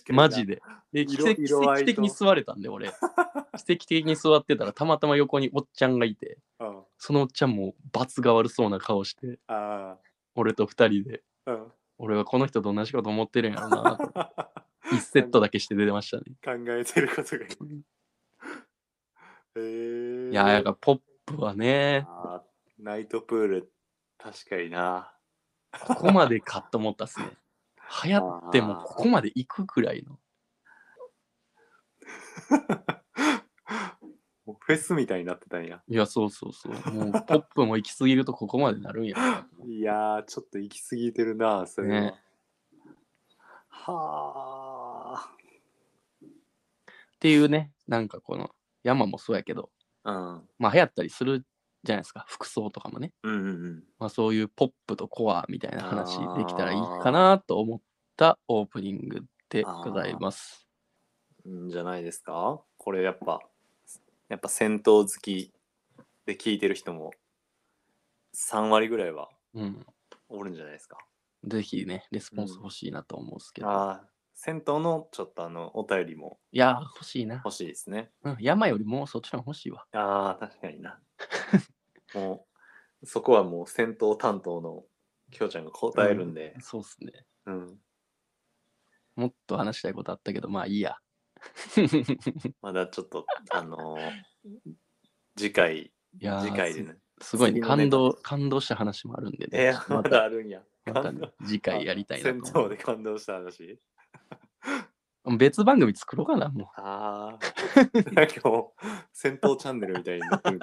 [SPEAKER 2] に。
[SPEAKER 1] マジ。でで奇
[SPEAKER 2] 色
[SPEAKER 1] 跡奇
[SPEAKER 2] 色合
[SPEAKER 1] 跡
[SPEAKER 2] いと
[SPEAKER 1] 的に座れたんで
[SPEAKER 2] *laughs*
[SPEAKER 1] 俺奇跡的に座ってたらたまたま横におっちゃんがいて
[SPEAKER 2] うん。
[SPEAKER 1] そのおっちゃんも罰が悪そうな顔して
[SPEAKER 2] あ
[SPEAKER 1] 俺と二人で
[SPEAKER 2] あ。うん。 *laughs*
[SPEAKER 1] 俺はこの人と同じこと思ってるんやろなと1セットだけして出てましたね
[SPEAKER 2] 考えてることが。へえ
[SPEAKER 1] いやーやっぱポップはね
[SPEAKER 2] あーナイトプール、確かにな。
[SPEAKER 1] ここまでかと思ったっすね。流行っても
[SPEAKER 2] あー
[SPEAKER 1] ここまで行くくらいの。
[SPEAKER 2] もうフェスみたいになってたんや。
[SPEAKER 1] いや、そうそうそう。もうポップも行き過ぎるとここまでなるんやな。
[SPEAKER 2] いやー、ちょっと行き過ぎてるな、それは。
[SPEAKER 1] ね
[SPEAKER 2] は
[SPEAKER 1] っていうね、なんかこの山もそうやけど、
[SPEAKER 2] あ。
[SPEAKER 1] まあ流行ったりするじゃないですか、服装とかもね。
[SPEAKER 2] うん。うんうんうん。
[SPEAKER 1] まあそういうポップとコアみたいな話
[SPEAKER 2] あー
[SPEAKER 1] できたらいいかなと思ったオープニングでございます。
[SPEAKER 2] いいんじゃないですかこれやっぱ、やっぱ戦闘好きで聞いてる人も3割ぐらいは
[SPEAKER 1] うん。
[SPEAKER 2] おるんじゃないですか。
[SPEAKER 1] ぜひね、レスポンス欲しいなと思うんですけど。
[SPEAKER 2] ああ、銭湯のちょっとあのお便りも
[SPEAKER 1] いやー、欲しいな。
[SPEAKER 2] 欲しいですね
[SPEAKER 1] うん、山よりもそっちの方が欲しいわ。
[SPEAKER 2] あー確かにな *laughs* もうそこはもう銭湯担当のきょうちゃんが答えるんで、
[SPEAKER 1] そうっすね。
[SPEAKER 2] うん
[SPEAKER 1] もっと話したいことあったけど、まあいい
[SPEAKER 2] *laughs*
[SPEAKER 1] や。
[SPEAKER 2] まだちょっとあのー次回
[SPEAKER 1] いやー
[SPEAKER 2] 次回でね
[SPEAKER 1] すすごい、ね、
[SPEAKER 2] 次の
[SPEAKER 1] 感
[SPEAKER 2] ネタ
[SPEAKER 1] 動、感動した話もあるんでね。
[SPEAKER 2] えー、ま
[SPEAKER 1] ま
[SPEAKER 2] *laughs* だ
[SPEAKER 1] た
[SPEAKER 2] あるんや
[SPEAKER 1] またね、次回やりたいな
[SPEAKER 2] 銭
[SPEAKER 1] と思
[SPEAKER 2] 湯で感動した話
[SPEAKER 1] う。別番組作ろうかな、も
[SPEAKER 2] あ
[SPEAKER 1] *laughs*
[SPEAKER 2] ーなんかもう戦闘チャンネルみたいになってる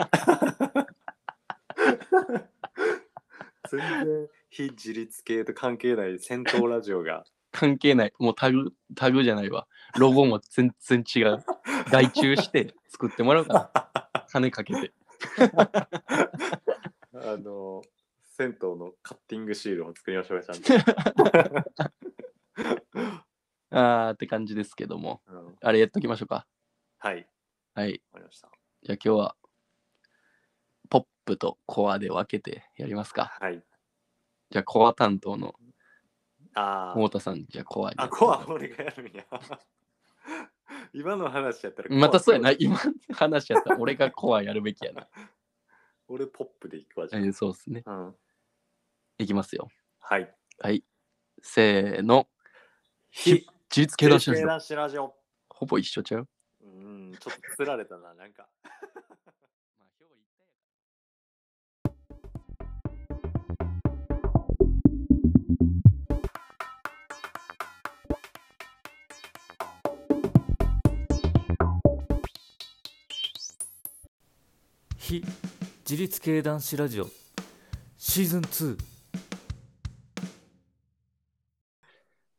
[SPEAKER 2] 全然非自立系と関係ない戦闘ラジオが
[SPEAKER 1] う。関係ない。もうタグ、タグじゃないわ。ロゴも全然違う。
[SPEAKER 2] *laughs*
[SPEAKER 1] 外注して作ってもらうから。金かけて。
[SPEAKER 2] あの銭湯のカッティングシールを作りましょうよちゃんと、
[SPEAKER 1] あーって感じですけども。
[SPEAKER 2] うん
[SPEAKER 1] あれやっときましょうか。
[SPEAKER 2] はいわ
[SPEAKER 1] はい。
[SPEAKER 2] かりました
[SPEAKER 1] じゃあ今日は、ポップとコアで分けてやりますか。
[SPEAKER 2] はい
[SPEAKER 1] じゃあコア担当の
[SPEAKER 2] あー
[SPEAKER 1] 太田さん、じゃあコアに
[SPEAKER 2] あコア俺がやるんや *laughs* 今の話やったらコ
[SPEAKER 1] *laughs*
[SPEAKER 2] ア
[SPEAKER 1] またそうやな。今話しちゃった。俺がコアやるべきやな。
[SPEAKER 2] 俺ポップでいくわ
[SPEAKER 1] *laughs*
[SPEAKER 2] じ
[SPEAKER 1] え
[SPEAKER 2] ゃん、
[SPEAKER 1] ーそうですね。
[SPEAKER 2] うん、
[SPEAKER 1] いきますよ。
[SPEAKER 2] はい
[SPEAKER 1] はい。せーの。非自立系男子ラジオ
[SPEAKER 2] 男子ラジオ
[SPEAKER 1] ほぼ一緒ちゃう
[SPEAKER 2] うん、ちょっとつられたな、なんか。
[SPEAKER 3] 非自立系男子ラジオシーズン2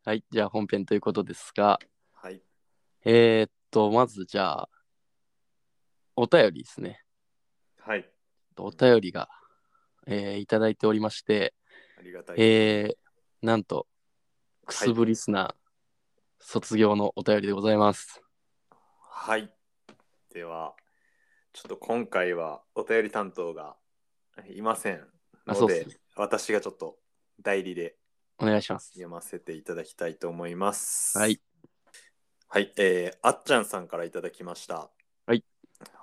[SPEAKER 1] はい。じゃあ本編ということですが、
[SPEAKER 2] はい。
[SPEAKER 1] えー、っと、まずじゃあ、お便りですね。
[SPEAKER 2] はい。
[SPEAKER 1] お便りが、えーいただいておりまして、
[SPEAKER 2] ありがたい。
[SPEAKER 1] えー、なんと、くすぶリスナー、卒業のお便りでございます。
[SPEAKER 2] はい。では、ちょっと今回はお便り担当がいません
[SPEAKER 1] あ
[SPEAKER 2] の
[SPEAKER 1] そうっ
[SPEAKER 2] で、
[SPEAKER 1] すね
[SPEAKER 2] 私がちょっと代理で
[SPEAKER 1] お願いします。
[SPEAKER 2] 読ませていただきたいと思います。
[SPEAKER 1] はい。
[SPEAKER 2] はい。えー、あっちゃんさんからいただきました。
[SPEAKER 1] はい。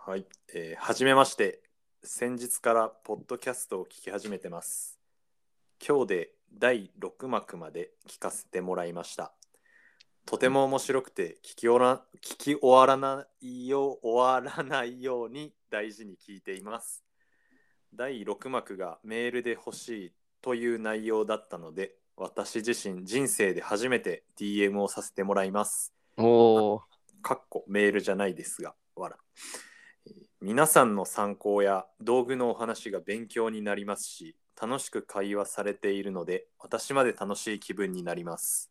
[SPEAKER 2] はい。えー、はじめまして。先日からポッドキャストを聞き始めてます。今日で第6幕まで聞かせてもらいました。とても面白くて聞きおら聞き終わらないよう終わらないように大事に聞いています。第6幕がメールで欲しいという内容だったので、私自身人生で初めて DM をさせてもらいます。
[SPEAKER 1] おー、
[SPEAKER 2] かっこメールじゃないですが、わら。えー皆さんの参考や道具のお話が勉強になりますし、楽しく会話されているので、私まで楽しい気分になります。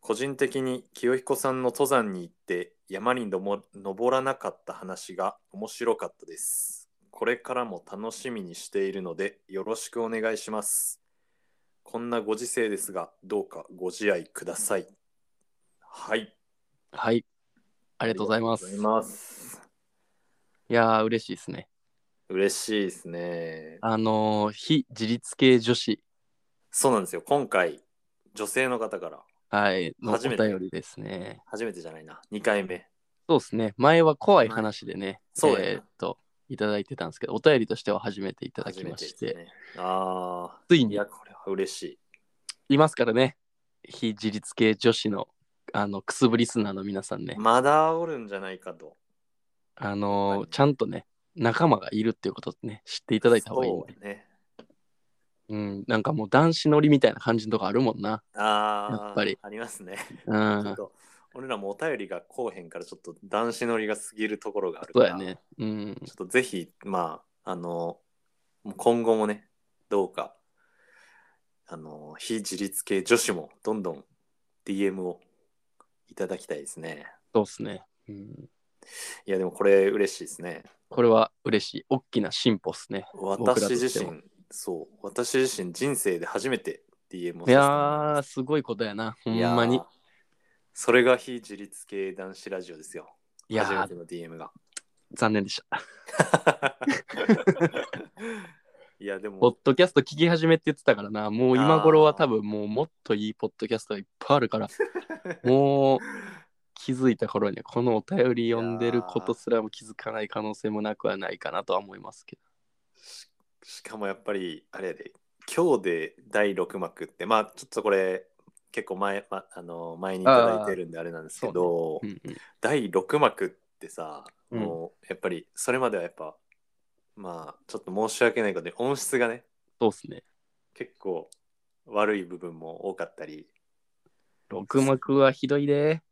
[SPEAKER 2] 個人的に清彦さんの登山に行って山にのぼ登らなかった話が面白かったです。これからも楽しみにしているのでよろしくお願いします。こんなご時世ですがどうかご自愛ください。はい。
[SPEAKER 1] はい。ありが
[SPEAKER 2] あ
[SPEAKER 1] とうございます。
[SPEAKER 2] りがとうございます。
[SPEAKER 1] いやー、嬉しいですね。
[SPEAKER 2] 嬉しいですね。
[SPEAKER 1] あのー非自立系女子、
[SPEAKER 2] そうなんですよ。今回、女性の方から、
[SPEAKER 1] はい、のお
[SPEAKER 2] 初めて
[SPEAKER 1] 便りですね。
[SPEAKER 2] 初めてじゃないな、2回目。
[SPEAKER 1] そうですね。前は怖い話でね、
[SPEAKER 2] そうやな
[SPEAKER 1] えーっと、いただいてたんですけど、お便りとしては初めていただ
[SPEAKER 2] 初
[SPEAKER 1] き
[SPEAKER 2] め
[SPEAKER 1] ま
[SPEAKER 2] てで
[SPEAKER 1] し
[SPEAKER 2] す
[SPEAKER 1] て、
[SPEAKER 2] ね。あ
[SPEAKER 1] つい
[SPEAKER 2] あ、い
[SPEAKER 1] に
[SPEAKER 2] や、これは嬉しい。
[SPEAKER 1] いますからね、非自立系女子の、あの、くすぶリスナーの皆さんね、
[SPEAKER 2] まだおるんじゃないかと。
[SPEAKER 1] あ
[SPEAKER 2] やっ
[SPEAKER 1] のー
[SPEAKER 2] ぱりね
[SPEAKER 1] ちゃんとね、仲間がいるっていうことね、知っていただいた方がいい、ね
[SPEAKER 2] そうね。
[SPEAKER 1] うん。なんかもう男子乗りみたいな感じのとこあるもんな。
[SPEAKER 2] ああ、
[SPEAKER 1] やっぱり
[SPEAKER 2] ありますね。
[SPEAKER 1] う
[SPEAKER 2] ちょっ
[SPEAKER 1] ん。
[SPEAKER 2] と、俺らもお便りがこうへんから、ちょっと男子乗りが過ぎるところがあるか
[SPEAKER 1] そう
[SPEAKER 2] ら、
[SPEAKER 1] やね。うん。
[SPEAKER 2] ちょっとぜひ、まあ、あの、今後もね、どうか、あの、非自立系女子もどんどん DM をいただきたいですね。
[SPEAKER 1] そうっすね。うん、
[SPEAKER 2] いや、でもこれ嬉しいですね。
[SPEAKER 1] これは嬉しい。大きな進歩っすね。僕ら
[SPEAKER 2] 私
[SPEAKER 1] とし
[SPEAKER 2] 自
[SPEAKER 1] ても
[SPEAKER 2] 身、そう、私自身人生で初めて DM を
[SPEAKER 1] いやー、
[SPEAKER 2] させ
[SPEAKER 1] すごいことやな。ほ
[SPEAKER 2] てもらいました
[SPEAKER 1] んまに
[SPEAKER 2] いやー。それが非自立系男子ラジオですよ。
[SPEAKER 1] いや
[SPEAKER 2] 初め
[SPEAKER 1] ー *laughs*
[SPEAKER 2] て、の DM が。
[SPEAKER 1] 残念でした。
[SPEAKER 2] いや、で
[SPEAKER 1] ポ
[SPEAKER 2] も
[SPEAKER 1] ッ、ドキャスト聞き始めって言ってたからな、もう今頃は多分もうもっといいポッドキャストがいっぱいあるから、もう気づいた頃にはこのお便り読んでることすらも気づかない可能性もなくはないかなとは思いますけど。
[SPEAKER 2] しかもやっぱり、あれやで、今日で第6幕って、まあ、ちょっとこれ、結構前、ま、あの前にいただいてるんであれなんですけど、
[SPEAKER 1] うんうん
[SPEAKER 2] 第6幕ってさ、
[SPEAKER 1] うん
[SPEAKER 2] もうやっぱりそれまではやっぱまあちょっと申し訳ないことに音質がね
[SPEAKER 1] そうっすね。
[SPEAKER 2] 結構悪い部分も多かったり *laughs*
[SPEAKER 1] 六幕はひどいで。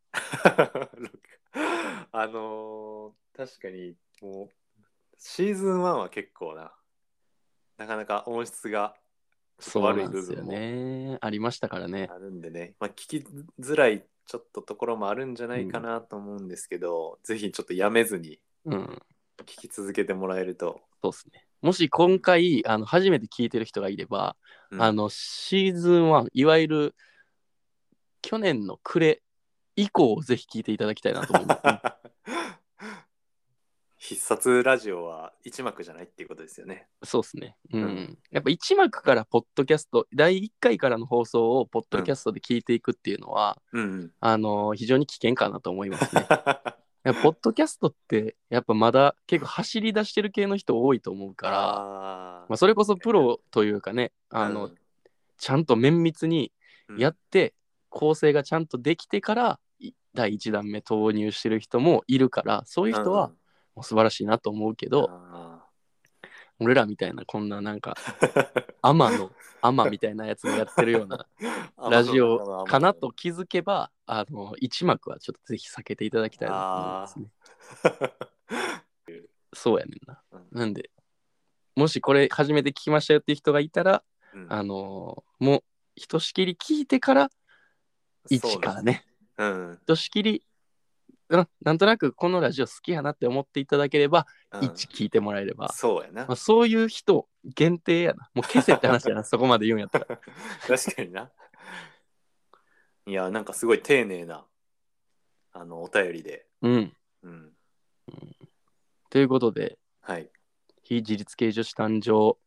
[SPEAKER 2] あのー確かにもうシーズン1は結構ななかなか音質がちょっと
[SPEAKER 1] そう
[SPEAKER 2] 悪
[SPEAKER 1] ないんで
[SPEAKER 2] 部
[SPEAKER 1] すよ
[SPEAKER 2] 分も
[SPEAKER 1] ね。ありましたからね
[SPEAKER 2] あ。るんでね、まあ、聞きづらいちょっとところもあるんじゃないかなと思うんですけど、ぜひちょっとやめずに
[SPEAKER 1] うん。
[SPEAKER 2] 聞き続けてもらえると、
[SPEAKER 1] そうっすね。もし今回、あの初めて聞いてる人がいれば、
[SPEAKER 2] うん。
[SPEAKER 1] あのシーズン1、いわゆる去年の暮れ以降をぜひ聞いていただきたいなと思います、 *laughs* ね
[SPEAKER 2] *laughs* 必殺ラジオは一幕じゃないっていうことですよね。
[SPEAKER 1] そうですね。うん。
[SPEAKER 2] うん
[SPEAKER 1] やっぱ一幕からポッドキャスト、第1回からの放送をポッドキャストで聞いていくっていうのは、
[SPEAKER 2] うん、
[SPEAKER 1] あのー非常に危険かなと思いますね。 *laughs* やっぱポッドキャストって、やっぱまだ結構走り出してる系の人多いと思うから、
[SPEAKER 2] ら
[SPEAKER 1] まあ、それこそプロというかね、あの、ちゃんと綿密にやって、構成がちゃんとできてから、い第1弾目投入してる人もいるから、そういう人はもう素晴らしいなと思うけ
[SPEAKER 2] ど
[SPEAKER 1] ど、俺らみたいなこんななんか、アマ *laughs* の、アマみたいなやつがやってる *laughs* ようなラジオかなと。気づけば、あの、一幕はちょっとぜひ避けていただきたいなと思いますね。そうやねんな。なんで、もしこれ初めて聞きましたよっていう人がいたら、あのーもう、ひとしきり聞いてから、1からね、
[SPEAKER 2] ね。うん
[SPEAKER 1] ひとしきり、うんなんとなくこのラジオ好きやなって思っていただければ、
[SPEAKER 2] うん
[SPEAKER 1] 1聞いてもらえれば、
[SPEAKER 2] そうやな
[SPEAKER 1] まあ、。そういう人限定やな。もう消せって話
[SPEAKER 2] *laughs*
[SPEAKER 1] やな、そこまで言うんやったら。
[SPEAKER 2] 確かにな。いや、なんかすごい丁寧な、あの、お便りで。
[SPEAKER 1] うん。
[SPEAKER 2] うん。
[SPEAKER 1] ということで、
[SPEAKER 2] はい。
[SPEAKER 1] 非自立系女子誕生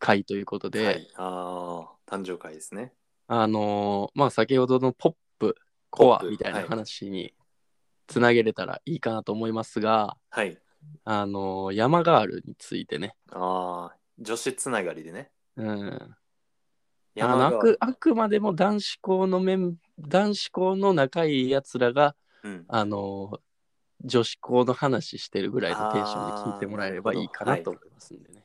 [SPEAKER 1] 会ということで、
[SPEAKER 2] はい、ああ、誕生会ですね。
[SPEAKER 1] あのーまあ先ほどのポップ
[SPEAKER 2] ポップ
[SPEAKER 1] コアみたい
[SPEAKER 2] は
[SPEAKER 1] ない話につなげれたらいいかなと思いますが、
[SPEAKER 2] はい。
[SPEAKER 1] あのー山ガールについてね、
[SPEAKER 2] ああ、女子つながりでね。
[SPEAKER 1] うん、あの
[SPEAKER 2] 山
[SPEAKER 1] あ
[SPEAKER 2] 川
[SPEAKER 1] くあくまでも男子校の面男子校の仲いいやつらが、
[SPEAKER 2] うん、
[SPEAKER 1] あのー女子校の話してるぐらいのテンションで聞いてもらえればいいかなと思いますんでね。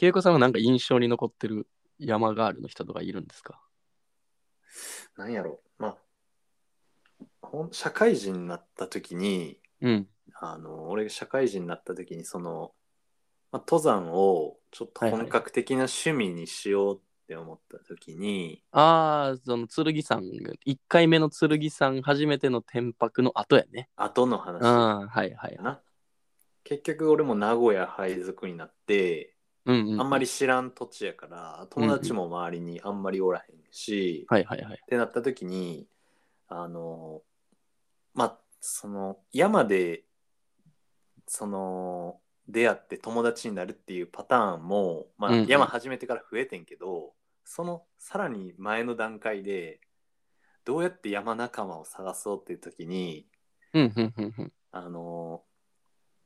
[SPEAKER 1] 恵子さんはなんか印象に残ってる山ガールの人とかいるんですか
[SPEAKER 2] なんやろう。まあ、ほん社会人になった時に、
[SPEAKER 1] うん。
[SPEAKER 2] あの、俺が社会人になった時に、その、まあ、登山をちょっと本格的な趣味にしようって思った時に、
[SPEAKER 1] ああ、その剣さん、1回目の剣さん、初めての天白の後やね。
[SPEAKER 2] 後の
[SPEAKER 1] う
[SPEAKER 2] 話
[SPEAKER 1] ん、はいはい
[SPEAKER 2] や。な。結局俺も名古屋配属になって、
[SPEAKER 1] うん、うん。
[SPEAKER 2] あんまり。知らん土地やから、友達も周りにあんまりおらへんし、
[SPEAKER 1] はいはいはい
[SPEAKER 2] っ。てなった時にあのまあその山でその出会って友達になるっていうパターンも、まあ
[SPEAKER 1] うんうん
[SPEAKER 2] 山始めてから増えてんけどそのさらに前の段階でどうやって山仲間を探そうっていう時に
[SPEAKER 1] うん、うん、うん、うん。
[SPEAKER 2] あの、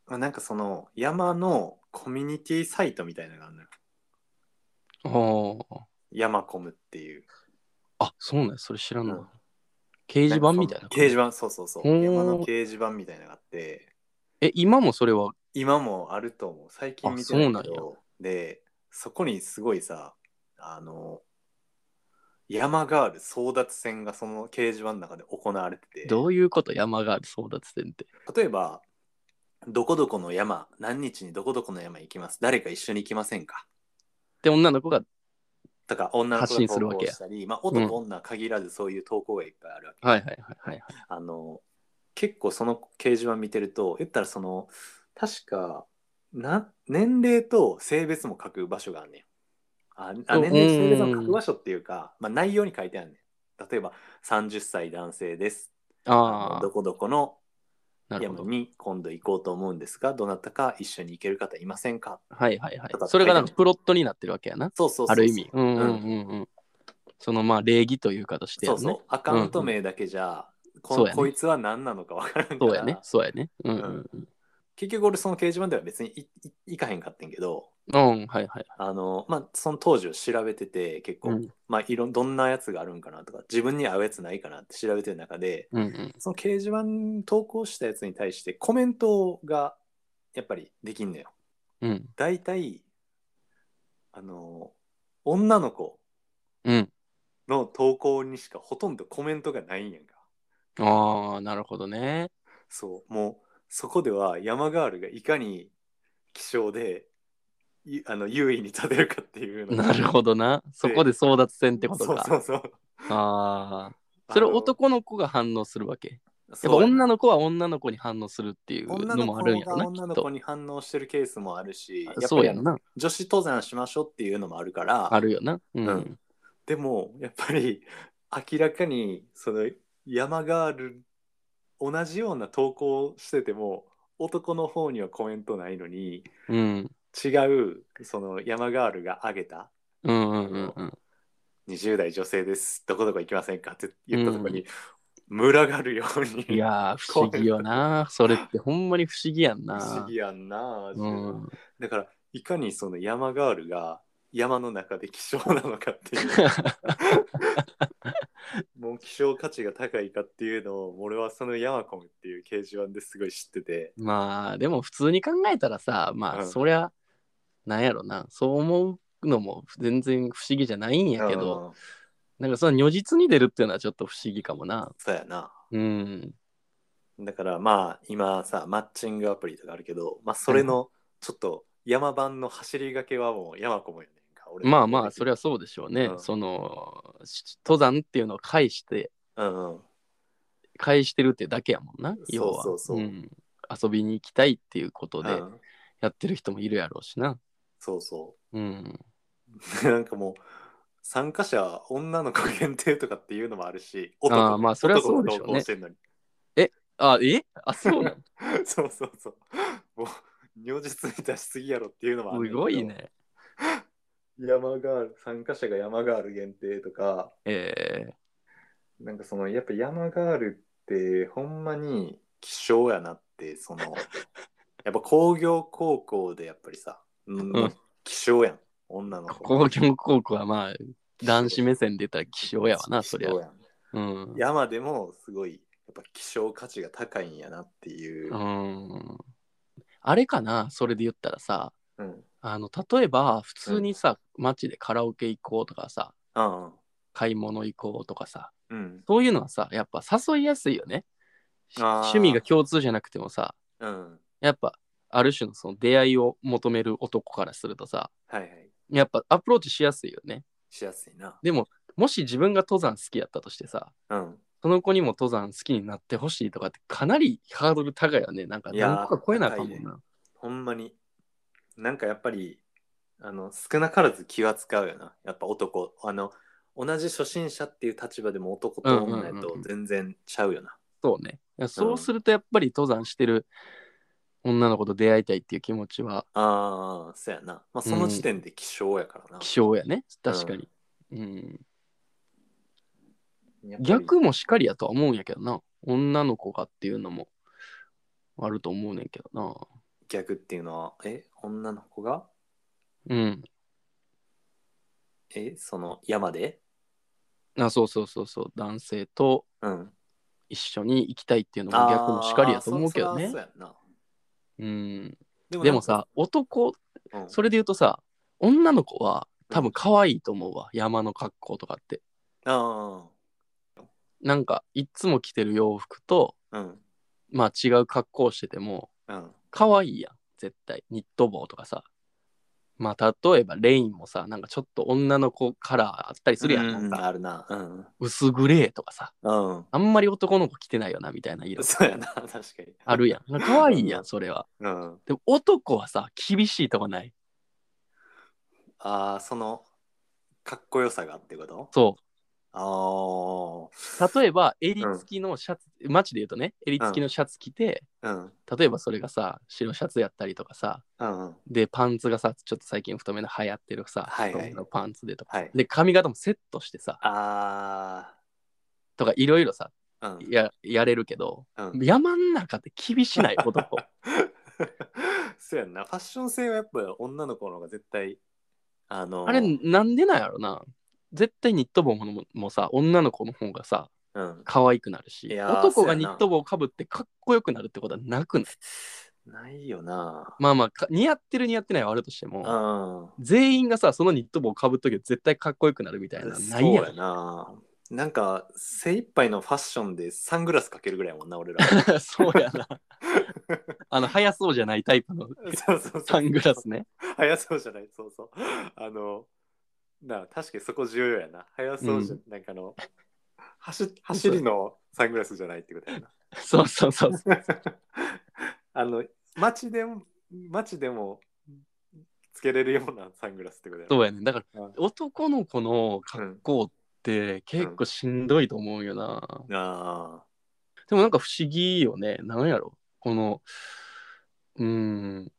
[SPEAKER 2] まあ、なんかその山のコミュニティサイトみたいなのがあるのよ
[SPEAKER 1] おー
[SPEAKER 2] 山コムっていう
[SPEAKER 1] あ、そうなんやそれ知らんな
[SPEAKER 2] うん
[SPEAKER 1] 掲示板みたいな。
[SPEAKER 2] 掲示板そうそうそう
[SPEAKER 1] ほー
[SPEAKER 2] 山の掲示板みたいなのがあって
[SPEAKER 1] え、今もそれは、
[SPEAKER 2] 今もあると思う最近見てないけ
[SPEAKER 1] あそう
[SPEAKER 2] どでそこにすごいさあの山ガール争奪戦がその掲示板の中で行われてて
[SPEAKER 1] どういうこと山ガール争奪戦って。
[SPEAKER 2] 例えばどこどこの山何日にどこどこの山行きます誰か一緒に行きませんか
[SPEAKER 1] で、女の子が、
[SPEAKER 2] とか女の子
[SPEAKER 1] 発
[SPEAKER 2] が
[SPEAKER 1] 信する
[SPEAKER 2] 投
[SPEAKER 1] わ
[SPEAKER 2] 稿
[SPEAKER 1] けや
[SPEAKER 2] したり、まあ、男女限らずそういう投稿がいっぱいあるわけ、
[SPEAKER 1] はいはいはいはい。
[SPEAKER 2] あの結構その掲示板見てると言ったらその確かな年齢と性別も書く場所があんねん。ああ
[SPEAKER 1] うん
[SPEAKER 2] 年齢性別も書く場所っていうか、まあ、内容に書いてあるねん。例えば30歳男性です。あの
[SPEAKER 1] あ
[SPEAKER 2] どこどこの
[SPEAKER 1] なる
[SPEAKER 2] 山
[SPEAKER 1] ほど。
[SPEAKER 2] に今度行こうと思うんですが、どなたか一緒に行ける方いませんか
[SPEAKER 1] はいはいはい
[SPEAKER 2] ただ。
[SPEAKER 1] それがなんかプロットになってるわけやな。
[SPEAKER 2] そうそうそ
[SPEAKER 1] あ
[SPEAKER 2] うそう。
[SPEAKER 1] る意味。うん
[SPEAKER 2] う
[SPEAKER 1] うんうんうん。そのまあ礼儀というかとしてや
[SPEAKER 2] そ
[SPEAKER 1] ね。
[SPEAKER 2] うそう。アカウント名だけじゃ、こ
[SPEAKER 1] そうやね
[SPEAKER 2] こいつは何なのか分からんか
[SPEAKER 1] そうやね
[SPEAKER 2] ら。。
[SPEAKER 1] そうやね。うんうん
[SPEAKER 2] 結局俺その掲示板では別にいい行かへんかったんけど、
[SPEAKER 1] うん。うん、はいはい。
[SPEAKER 2] あの、まあ、その当時を調べてて、結構、
[SPEAKER 1] うん
[SPEAKER 2] まあ、いろん、どんなやつがあるんかなとか、自分に合うやつないかなって調べてる中で、
[SPEAKER 1] うんうん。
[SPEAKER 2] その掲示板に投稿したやつに対してコメントがやっぱりできんのよ。
[SPEAKER 1] うん
[SPEAKER 2] 大体、あの、女の子
[SPEAKER 1] うん。
[SPEAKER 2] の投稿にしかほとんどコメントがないんやんか。
[SPEAKER 1] ああ、なるほどね。
[SPEAKER 2] そう、もうそこでは山ガールがいかに希少で、いあの優位に立てるかっていうのが
[SPEAKER 1] なるほどな。そこで争奪戦ってことか。
[SPEAKER 2] そうそうそう。
[SPEAKER 1] ああ。それ
[SPEAKER 2] あの
[SPEAKER 1] 男の子が反応するわけ。やっぱ
[SPEAKER 2] そう
[SPEAKER 1] 女の子は女の子に反応するっていう
[SPEAKER 2] 女
[SPEAKER 1] の
[SPEAKER 2] の子
[SPEAKER 1] もあるんやろな、
[SPEAKER 2] が
[SPEAKER 1] き
[SPEAKER 2] 女
[SPEAKER 1] っ
[SPEAKER 2] の
[SPEAKER 1] と
[SPEAKER 2] 子。に反応してるケースもあるし、やっぱり
[SPEAKER 1] そうやんな。
[SPEAKER 2] 女子登山しましょうっていうのもあるから、
[SPEAKER 1] あるよな。うん。
[SPEAKER 2] うんでもやっぱり明らかにその山ガール同じような投稿してても男の方にはコメントないのに
[SPEAKER 1] うん。
[SPEAKER 2] 違うその山ガールが上げた
[SPEAKER 1] うんうんうんうん。
[SPEAKER 2] 20代女性ですどこどこ行きませんかって言ったとこに、群がるように
[SPEAKER 1] いやー、不思議よな。それってほんまに不思議やん
[SPEAKER 2] 不
[SPEAKER 1] な。
[SPEAKER 2] 思議やんな、
[SPEAKER 1] うん、
[SPEAKER 2] だからいかにその山ガールが山の中で希少なのかっていう
[SPEAKER 1] *laughs*
[SPEAKER 2] もう希少価値が高いかっていうのを俺はそのヤマコンっていう掲示板ですごい知ってて
[SPEAKER 1] まあでも普通に考えたらさまあ
[SPEAKER 2] うん
[SPEAKER 1] そりゃなんやろなそう思うのも全然不思議じゃないんやけど、
[SPEAKER 2] うん
[SPEAKER 1] なんかその如実に出るっていうのはちょっと不思議かもな
[SPEAKER 2] そうやな
[SPEAKER 1] うん
[SPEAKER 2] だからまあ今さマッチングアプリとかあるけど、まあ、それのちょっと山版の走りがけはもうヤマコンやねんか俺
[SPEAKER 1] まあまあそれ
[SPEAKER 2] は
[SPEAKER 1] はそうでしょうね、
[SPEAKER 2] うん
[SPEAKER 1] そのし登山っていうのを介して
[SPEAKER 2] うんうん
[SPEAKER 1] 介してるってだけやもんな要は、
[SPEAKER 2] そうそうそうん
[SPEAKER 1] 遊びに行きたいっていうこと
[SPEAKER 2] う
[SPEAKER 1] で
[SPEAKER 2] ん
[SPEAKER 1] やってる人もいるやろうしな
[SPEAKER 2] そうそう
[SPEAKER 1] うん
[SPEAKER 2] でなんかもう *laughs* 参加者は女の子限定とかっていうのもあるし男
[SPEAKER 1] あーまあそれはそうでしょうね
[SPEAKER 2] 男も同行してんのに *laughs*
[SPEAKER 1] あえあそうな
[SPEAKER 2] そうそうそうもう如実に出しすぎやろっていうのもあ
[SPEAKER 1] の
[SPEAKER 2] る
[SPEAKER 1] すごいね
[SPEAKER 2] 山ガール参加者が山ガール限定とか
[SPEAKER 1] えー、
[SPEAKER 2] なんかそのやっぱ山ガールってほんまに希少やなって
[SPEAKER 1] *laughs*
[SPEAKER 2] そのやっぱ工業高校でやっぱりさ、うん
[SPEAKER 1] うん
[SPEAKER 2] 希少やん女の子
[SPEAKER 1] 工業高校はまあ男子目線で言ったら希少やわなそりゃ
[SPEAKER 2] 希少やん
[SPEAKER 1] うん
[SPEAKER 2] 山でもすごいやっぱ希少価値が高いんやなっていう、
[SPEAKER 1] うんあれかなそれで言ったらさ
[SPEAKER 2] うん
[SPEAKER 1] あの例えば普通にさ、街でカラオケ行こうとかさ
[SPEAKER 2] うん
[SPEAKER 1] 買い物行こうとかさ
[SPEAKER 2] うん
[SPEAKER 1] そういうのはさやっぱ誘いやすいよねし
[SPEAKER 2] あー
[SPEAKER 1] 趣味が共通じゃなくてもさ
[SPEAKER 2] うん
[SPEAKER 1] やっぱある種のその出会いを求める男からするとさ
[SPEAKER 2] はいはい
[SPEAKER 1] やっぱアプローチしやすいよね
[SPEAKER 2] しやすいな
[SPEAKER 1] でももし自分が登山好きやったとしてさ
[SPEAKER 2] うん
[SPEAKER 1] その子にも登山好きになってほしいとかってかなりハードル高いよね。なんか
[SPEAKER 2] いやー
[SPEAKER 1] 何個か超えなあかんもん
[SPEAKER 2] 高
[SPEAKER 1] な。
[SPEAKER 2] ほんまになんかやっぱりあの少なからず気は使うよなやっぱ男あの同じ初心者っていう立場でも男と女や
[SPEAKER 1] うんうんうん
[SPEAKER 2] と
[SPEAKER 1] うん
[SPEAKER 2] 全然ちゃうよな、
[SPEAKER 1] そうね。いやそうするとやっぱり登山してる女の子と出会いたいっていう気持ちは
[SPEAKER 2] ああそうやな、まあ、その時点で希少やからな
[SPEAKER 1] 希、少やね。確かに。うん。逆もしかりやとは思うんやけどな。女の子がっていうのもあると思うねんけど
[SPEAKER 2] 逆っていうのはえ女の子が
[SPEAKER 1] な。うん。
[SPEAKER 2] えその山で
[SPEAKER 1] あそうそうそうそう。男性と
[SPEAKER 2] うん
[SPEAKER 1] 一緒に行きたいっていうのも逆もしかりやと思うけど
[SPEAKER 2] あー
[SPEAKER 1] ね
[SPEAKER 2] そそ。らそうやんな
[SPEAKER 1] うん。
[SPEAKER 2] でも
[SPEAKER 1] でもさ、男
[SPEAKER 2] なんか、うん
[SPEAKER 1] それで言うとさ、女の子は多分可愛いと思うわ、山の格好とかって。
[SPEAKER 2] あ
[SPEAKER 1] なんか、いっつも着てる洋服と、
[SPEAKER 2] あ、うん、
[SPEAKER 1] まあ違う格好してても、
[SPEAKER 2] うん、
[SPEAKER 1] 可愛いやん、絶対。ニット帽とかさ。まあ、例えば、レインもさ、なんかちょっと女の子カラーあったりするやん。
[SPEAKER 2] うん
[SPEAKER 1] なんか
[SPEAKER 2] あるな、うん、
[SPEAKER 1] 薄グレーとかさ、
[SPEAKER 2] うん、 *laughs*
[SPEAKER 1] あんまり男の子着てないよな、みたいな色。
[SPEAKER 2] そうやな、確かに。
[SPEAKER 1] あるやん。なんか可愛いやん、それは。
[SPEAKER 2] うん、
[SPEAKER 1] でも、男はさ、厳しいとこない。
[SPEAKER 2] ああ、その、かっこよさがってこと
[SPEAKER 1] そ
[SPEAKER 2] ああ。
[SPEAKER 1] 例えば襟付きのシャツ、マジで言うとね襟付きのシャツ着て、
[SPEAKER 2] うん。
[SPEAKER 1] 例えばそれがさ白シャツやったりとかさ
[SPEAKER 2] うんうん。
[SPEAKER 1] でパンツがさちょっと最近太めの流行ってるさ、
[SPEAKER 2] はいはい
[SPEAKER 1] 太めのパンツでとか
[SPEAKER 2] はい。
[SPEAKER 1] で髪型もセットしてさ
[SPEAKER 2] あ
[SPEAKER 1] とかいろいろさ
[SPEAKER 2] あ。うん。
[SPEAKER 1] ややれるけど
[SPEAKER 2] うん。 *laughs*
[SPEAKER 1] 山ん中って厳しない男
[SPEAKER 2] そうやんな。ファッション性はやっぱ女の子の方が絶対、あのー、
[SPEAKER 1] あれなんでなんやろな絶対ニット帽ももさ女の子の方がさ
[SPEAKER 2] うん。
[SPEAKER 1] 可愛くなるし
[SPEAKER 2] いやー
[SPEAKER 1] 男が
[SPEAKER 2] そう
[SPEAKER 1] ニ
[SPEAKER 2] やな
[SPEAKER 1] ット帽をかぶってかっこよくなるってことはなくない
[SPEAKER 2] ないよな。
[SPEAKER 1] まあまあか似合ってる似合ってないはあるとしても、
[SPEAKER 2] うん。
[SPEAKER 1] 全員がさそのニット帽をかぶっときは絶対かっこよくなるみたいなのないや
[SPEAKER 2] そうや
[SPEAKER 1] ん
[SPEAKER 2] な。なんか精一杯のファッションでサングラスかけるぐらいやもんな
[SPEAKER 1] *laughs*
[SPEAKER 2] 俺ら
[SPEAKER 1] そうや
[SPEAKER 2] *laughs*
[SPEAKER 1] なあの速そうじゃないタイプの
[SPEAKER 2] そうそうそう
[SPEAKER 1] サングラスね
[SPEAKER 2] 速そうじゃないそうそうあのなあ確かにそこ重要やな速そうじゃ、
[SPEAKER 1] う
[SPEAKER 2] なんかあの走走りのサングラスじゃないってことやな *laughs*
[SPEAKER 1] そうそうそうそう
[SPEAKER 2] あの街でも街でもつけれるようなサングラスってことやな
[SPEAKER 1] そうやねだから
[SPEAKER 2] うん
[SPEAKER 1] 男の子の格好って結構しんどいと思うよな、
[SPEAKER 2] あ
[SPEAKER 1] でもなんか不思議よねなんやろこのうーん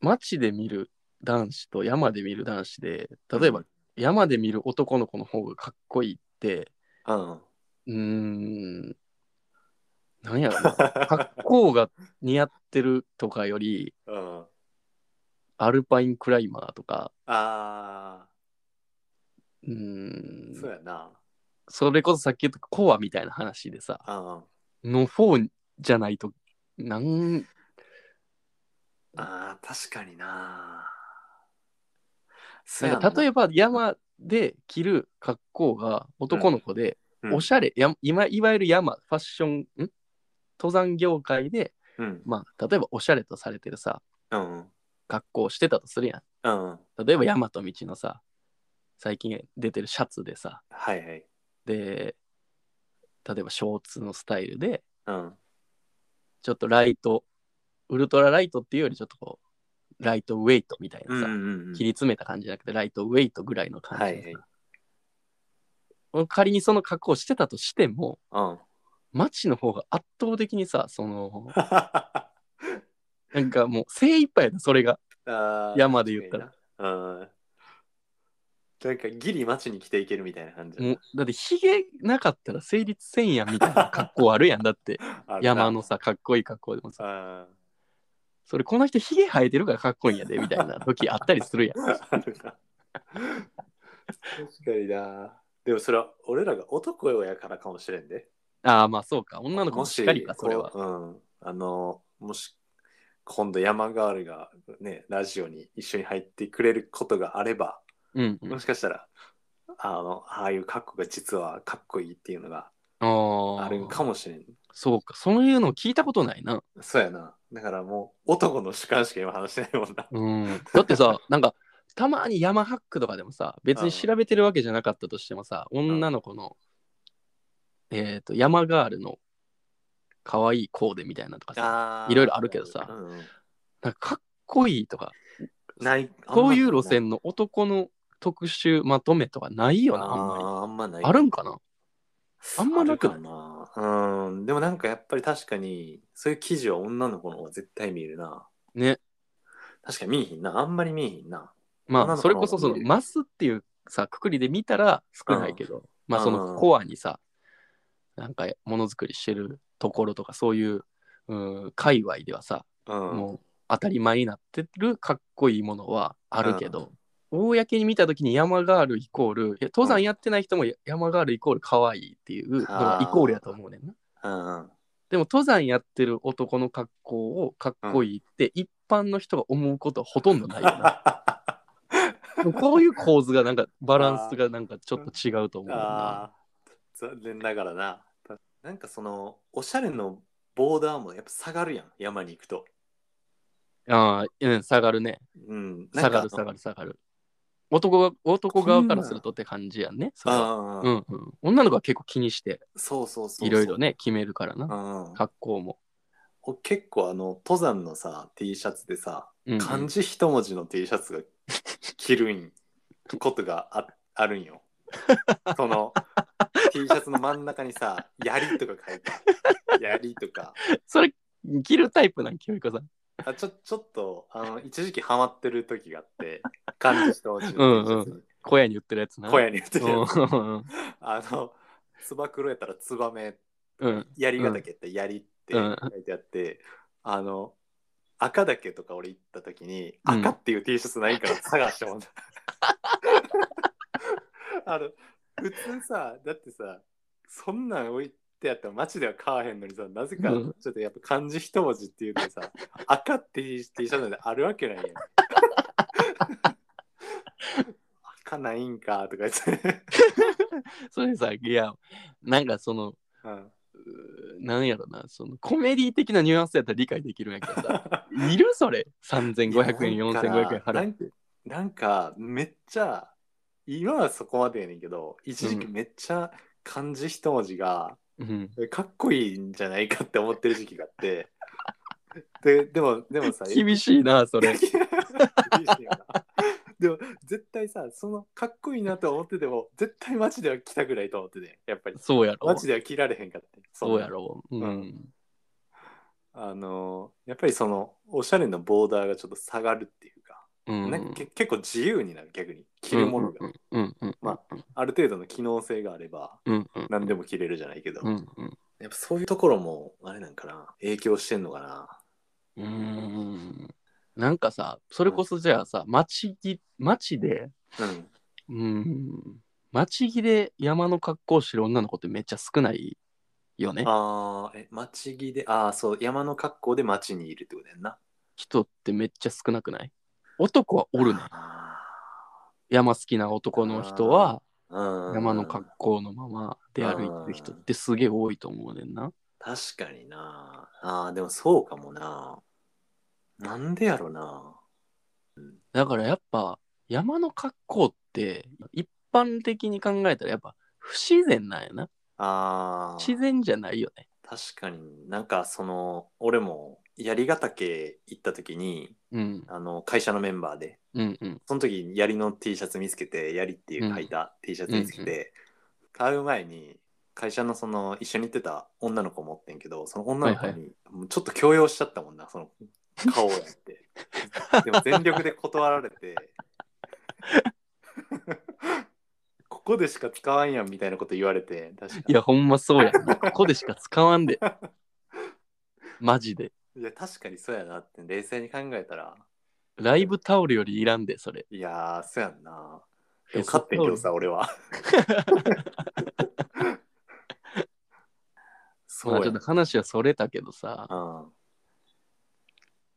[SPEAKER 1] 街で見る男子と山で見る男子で
[SPEAKER 2] ー
[SPEAKER 1] 例えば山で見る男の子の方がかっこいいって
[SPEAKER 2] うん
[SPEAKER 1] うーんなんやろな
[SPEAKER 2] *laughs*
[SPEAKER 1] 格好が似合ってるとかより
[SPEAKER 2] うん
[SPEAKER 1] アルパインクライマーとか
[SPEAKER 2] あ
[SPEAKER 1] うー
[SPEAKER 2] ー
[SPEAKER 1] ん
[SPEAKER 2] そうやな
[SPEAKER 1] それこそさっき言ったコアみたいな話でさ
[SPEAKER 2] うん
[SPEAKER 1] の方じゃないとなん
[SPEAKER 2] あー確かにな
[SPEAKER 1] なんか例
[SPEAKER 2] え
[SPEAKER 1] えば山で着る格好が男の子で、
[SPEAKER 2] ば
[SPEAKER 1] おしゃれ、や今いわゆる山ファッションん登山業界で、
[SPEAKER 2] うん
[SPEAKER 1] まあ、例えばおしゃれとされてるさ
[SPEAKER 2] うん
[SPEAKER 1] 格好をしてたとするや
[SPEAKER 2] うんはい
[SPEAKER 1] ん例えば山と道のさ最近出てるシャツでさ
[SPEAKER 2] はい
[SPEAKER 1] で例えばショーツのスタイルで
[SPEAKER 2] うん
[SPEAKER 1] ちょっとライトウルトラライトっていうよりちょっとこうライトウェイトみたいな
[SPEAKER 2] うん
[SPEAKER 1] さ、
[SPEAKER 2] うんうん
[SPEAKER 1] 切り詰めた感じじゃなくてライトウェイトぐらいの感じ
[SPEAKER 2] は
[SPEAKER 1] の
[SPEAKER 2] い
[SPEAKER 1] さ、
[SPEAKER 2] はい *laughs*
[SPEAKER 1] 仮にその格好をしてたとしても
[SPEAKER 2] うん
[SPEAKER 1] マチの方が圧倒的にさそのなんかもう精一杯やなそれが
[SPEAKER 2] あー
[SPEAKER 1] 山で言ったら
[SPEAKER 2] 確かになうんなんかギリ街に来ていけるみたいな感じ
[SPEAKER 1] もうだってヒゲなかったら成立せんやんみたいな格好あるやんだって
[SPEAKER 2] *laughs* あるな
[SPEAKER 1] 山のさかっこいい格好でもさ
[SPEAKER 2] あー
[SPEAKER 1] それこの人ヒゲ生えてるからかっこいいんやでみたいな時あったりするや
[SPEAKER 2] *laughs*
[SPEAKER 1] ん
[SPEAKER 2] あるな確かになでもそれは俺らが男やからかもしれんで
[SPEAKER 1] ああまあそうか女の子もしっかりか
[SPEAKER 2] もし
[SPEAKER 1] それは
[SPEAKER 2] こううん。あの、もし、今度山ガールがね、ラジオに一緒に入ってくれることがあれば、
[SPEAKER 1] うん、うん、
[SPEAKER 2] もしかしたら、あの、ああいう格好が実はかっこいいっていうのが
[SPEAKER 1] あ
[SPEAKER 2] あるん
[SPEAKER 1] あ
[SPEAKER 2] かもしれん。
[SPEAKER 1] そうかそういうの聞いたことないな
[SPEAKER 2] そうやな。だからもう、男の主観しか今話してない
[SPEAKER 1] *laughs*
[SPEAKER 2] もんな。
[SPEAKER 1] うん、だってさ *laughs* なんかたまにヤマハックとかでもさ別に調べてるわけじゃなかったとしてもさ女の子の、えっ、とヤマガールの可愛いコーデみたいなとかさ
[SPEAKER 2] あ
[SPEAKER 1] いろいろあるけどさ
[SPEAKER 2] うんうん
[SPEAKER 1] なんかかっこいいとか
[SPEAKER 2] ない。
[SPEAKER 1] そういう路線の男の特集まとめとかないよ
[SPEAKER 2] あ
[SPEAKER 1] なあんまり
[SPEAKER 2] あーあんまない。
[SPEAKER 1] あるんかなあんまなく
[SPEAKER 2] あ
[SPEAKER 1] ない
[SPEAKER 2] るかな。うん。でもなんかやっぱり確かに、そういう記事は女の子の方が絶対見るな。
[SPEAKER 1] ね
[SPEAKER 2] 確かに見えひんな。あんまり見えひんな。
[SPEAKER 1] ま
[SPEAKER 2] 女
[SPEAKER 1] あ
[SPEAKER 2] の子
[SPEAKER 1] それこそその
[SPEAKER 2] の
[SPEAKER 1] マスっていうさくくりで見たら少ないけど、まあそのコアにさなんかものづくりしてるところとかそういううん界隈ではさ
[SPEAKER 2] うん。
[SPEAKER 1] もう当たり前になってるかっこいいものはあるけど、公に見た時に山ガールイコールいや登山やってない人もや山ガールイコール可愛いっていうのがイコールやと思うねんな。
[SPEAKER 2] うん。
[SPEAKER 1] でも登山やってる男の格好をかっこいいって一般の人が思うことはほとんどないよ
[SPEAKER 2] *laughs*
[SPEAKER 1] な。
[SPEAKER 2] あ
[SPEAKER 1] こういう構図がなんかバランスがなんかちょっと違うと思うな。
[SPEAKER 2] あー、残念ながらな。なんかその、おしゃれのボーダーもやっぱ下がるやん、山に行くと。
[SPEAKER 1] ああー、うん、下がるね。
[SPEAKER 2] うん。
[SPEAKER 1] 下がる下
[SPEAKER 2] なんか
[SPEAKER 1] がる下がる。男が男側からするとって感じやんね。それは
[SPEAKER 2] あ
[SPEAKER 1] う
[SPEAKER 2] ー
[SPEAKER 1] んうん、女の子は結構気にして
[SPEAKER 2] そうそうそうそう。
[SPEAKER 1] いろいろね決めるから
[SPEAKER 2] う。
[SPEAKER 1] なん格好も、
[SPEAKER 2] お結構あの、登山のさ、T シャツでさ、
[SPEAKER 1] うんうん *laughs*
[SPEAKER 2] 漢字一文字の T シャツが着るんことがああるんよ。その T シャツの真ん中にさ「槍」とか書いてある槍とか
[SPEAKER 1] *laughs* それ着るタイプなん清彦さん
[SPEAKER 2] あちょちょっとあの一時期ハマってる時があって感じてほしい
[SPEAKER 1] うんうん小屋に売ってるやつな
[SPEAKER 2] 小屋に売ってるやつ
[SPEAKER 1] うん *laughs*
[SPEAKER 2] あのつば黒やったら「つばめ」
[SPEAKER 1] うん
[SPEAKER 2] 槍ヶ岳って槍って書いてあって、あの赤岳とか俺行った時に、
[SPEAKER 1] うん
[SPEAKER 2] 赤っていう T シャツないから探してもら
[SPEAKER 1] *laughs*
[SPEAKER 2] ったあの普通さだってさそんなん置いてあったら街では買わへんのにさなぜかち
[SPEAKER 1] う
[SPEAKER 2] ょ
[SPEAKER 1] ん
[SPEAKER 2] っとやっぱ漢字一文字っていうのさ、赤っていう T シャツなんてあるわ
[SPEAKER 1] *laughs*
[SPEAKER 2] けないやん赤ないんかとか言って、
[SPEAKER 1] それさいやなんかその
[SPEAKER 2] うん、
[SPEAKER 1] うーなんやろなそのコメディ的なニュアンスやったら理解できるんやけどさ
[SPEAKER 2] *laughs*
[SPEAKER 1] いるそれ3500円
[SPEAKER 2] いやなんか
[SPEAKER 1] 4500円払う
[SPEAKER 2] なんなんかめっちゃ今はそこまでやねんけど一時期めっちゃ漢字一文字が
[SPEAKER 1] うん
[SPEAKER 2] かっこいいんじゃないかって思ってる時期が
[SPEAKER 1] *laughs*
[SPEAKER 2] あってででもでもさ
[SPEAKER 1] 厳しいなそれ
[SPEAKER 2] 厳しいよな *laughs* でも絶対さそのかっこいいなと思ってても絶対街では来たぐらいと思っててやっぱり
[SPEAKER 1] そうやろ
[SPEAKER 2] 街では着られへんかって
[SPEAKER 1] そうやろう
[SPEAKER 2] うんあのやっぱりそのおしゃれのボーダーがちょっと下がるっていうか
[SPEAKER 1] うん
[SPEAKER 2] なんかけ結構自由になる逆に着るものが、
[SPEAKER 1] うんうん
[SPEAKER 2] まある程度の機能性があれば
[SPEAKER 1] うんうん
[SPEAKER 2] 何でも着れるじゃないけど、
[SPEAKER 1] うんうん
[SPEAKER 2] やっぱそういうところもあれなんかな影響してんのかな
[SPEAKER 1] うーんなんかさそれこそじゃあさ街ぎ街で
[SPEAKER 2] うん
[SPEAKER 1] うーん街着で山の格好をしてる女の子ってめっちゃ少ないよね
[SPEAKER 2] あーえ町着でああそう山の格好で町にいるってことやんな
[SPEAKER 1] 人ってめっちゃ少なくない男はおるね
[SPEAKER 2] あ
[SPEAKER 1] 山好きな男の人は
[SPEAKER 2] ーうん
[SPEAKER 1] 山の格好のままで歩いてる人ってすげえ多いと思うねんな
[SPEAKER 2] 確かになあーでもそうかもななんでやろな
[SPEAKER 1] だからやっぱ山の格好って一般的に考えたらやっぱ不自然なんやな
[SPEAKER 2] あー
[SPEAKER 1] 自然じゃないよね
[SPEAKER 2] 確かになんかその俺も槍ヶ岳行った時に
[SPEAKER 1] うん
[SPEAKER 2] あの会社のメンバーで
[SPEAKER 1] うんうん
[SPEAKER 2] その時に槍の T シャツ見つけて槍っていう書いた T シャツ見つけて、買う前に会社のその一緒に行ってた女の子持ってんけどその女の子
[SPEAKER 1] はい
[SPEAKER 2] にもうちょっと強要しちゃったもんなその顔をや
[SPEAKER 1] *laughs*
[SPEAKER 2] ってでも全力で断られてここでしか使わんやんみたいなこと言われて確か
[SPEAKER 1] いやほんまそうやんな
[SPEAKER 2] *laughs*
[SPEAKER 1] ここでしか使わんでマジで
[SPEAKER 2] いや確かにそうやなって冷静に考えたら
[SPEAKER 1] ライブタオルよりいらんでそれ
[SPEAKER 2] いやーそうやんな
[SPEAKER 1] え
[SPEAKER 2] でも勝ってんけどさ俺
[SPEAKER 1] *laughs*
[SPEAKER 2] はそう
[SPEAKER 1] ま
[SPEAKER 2] や
[SPEAKER 1] あちょっと話はそれたけどさ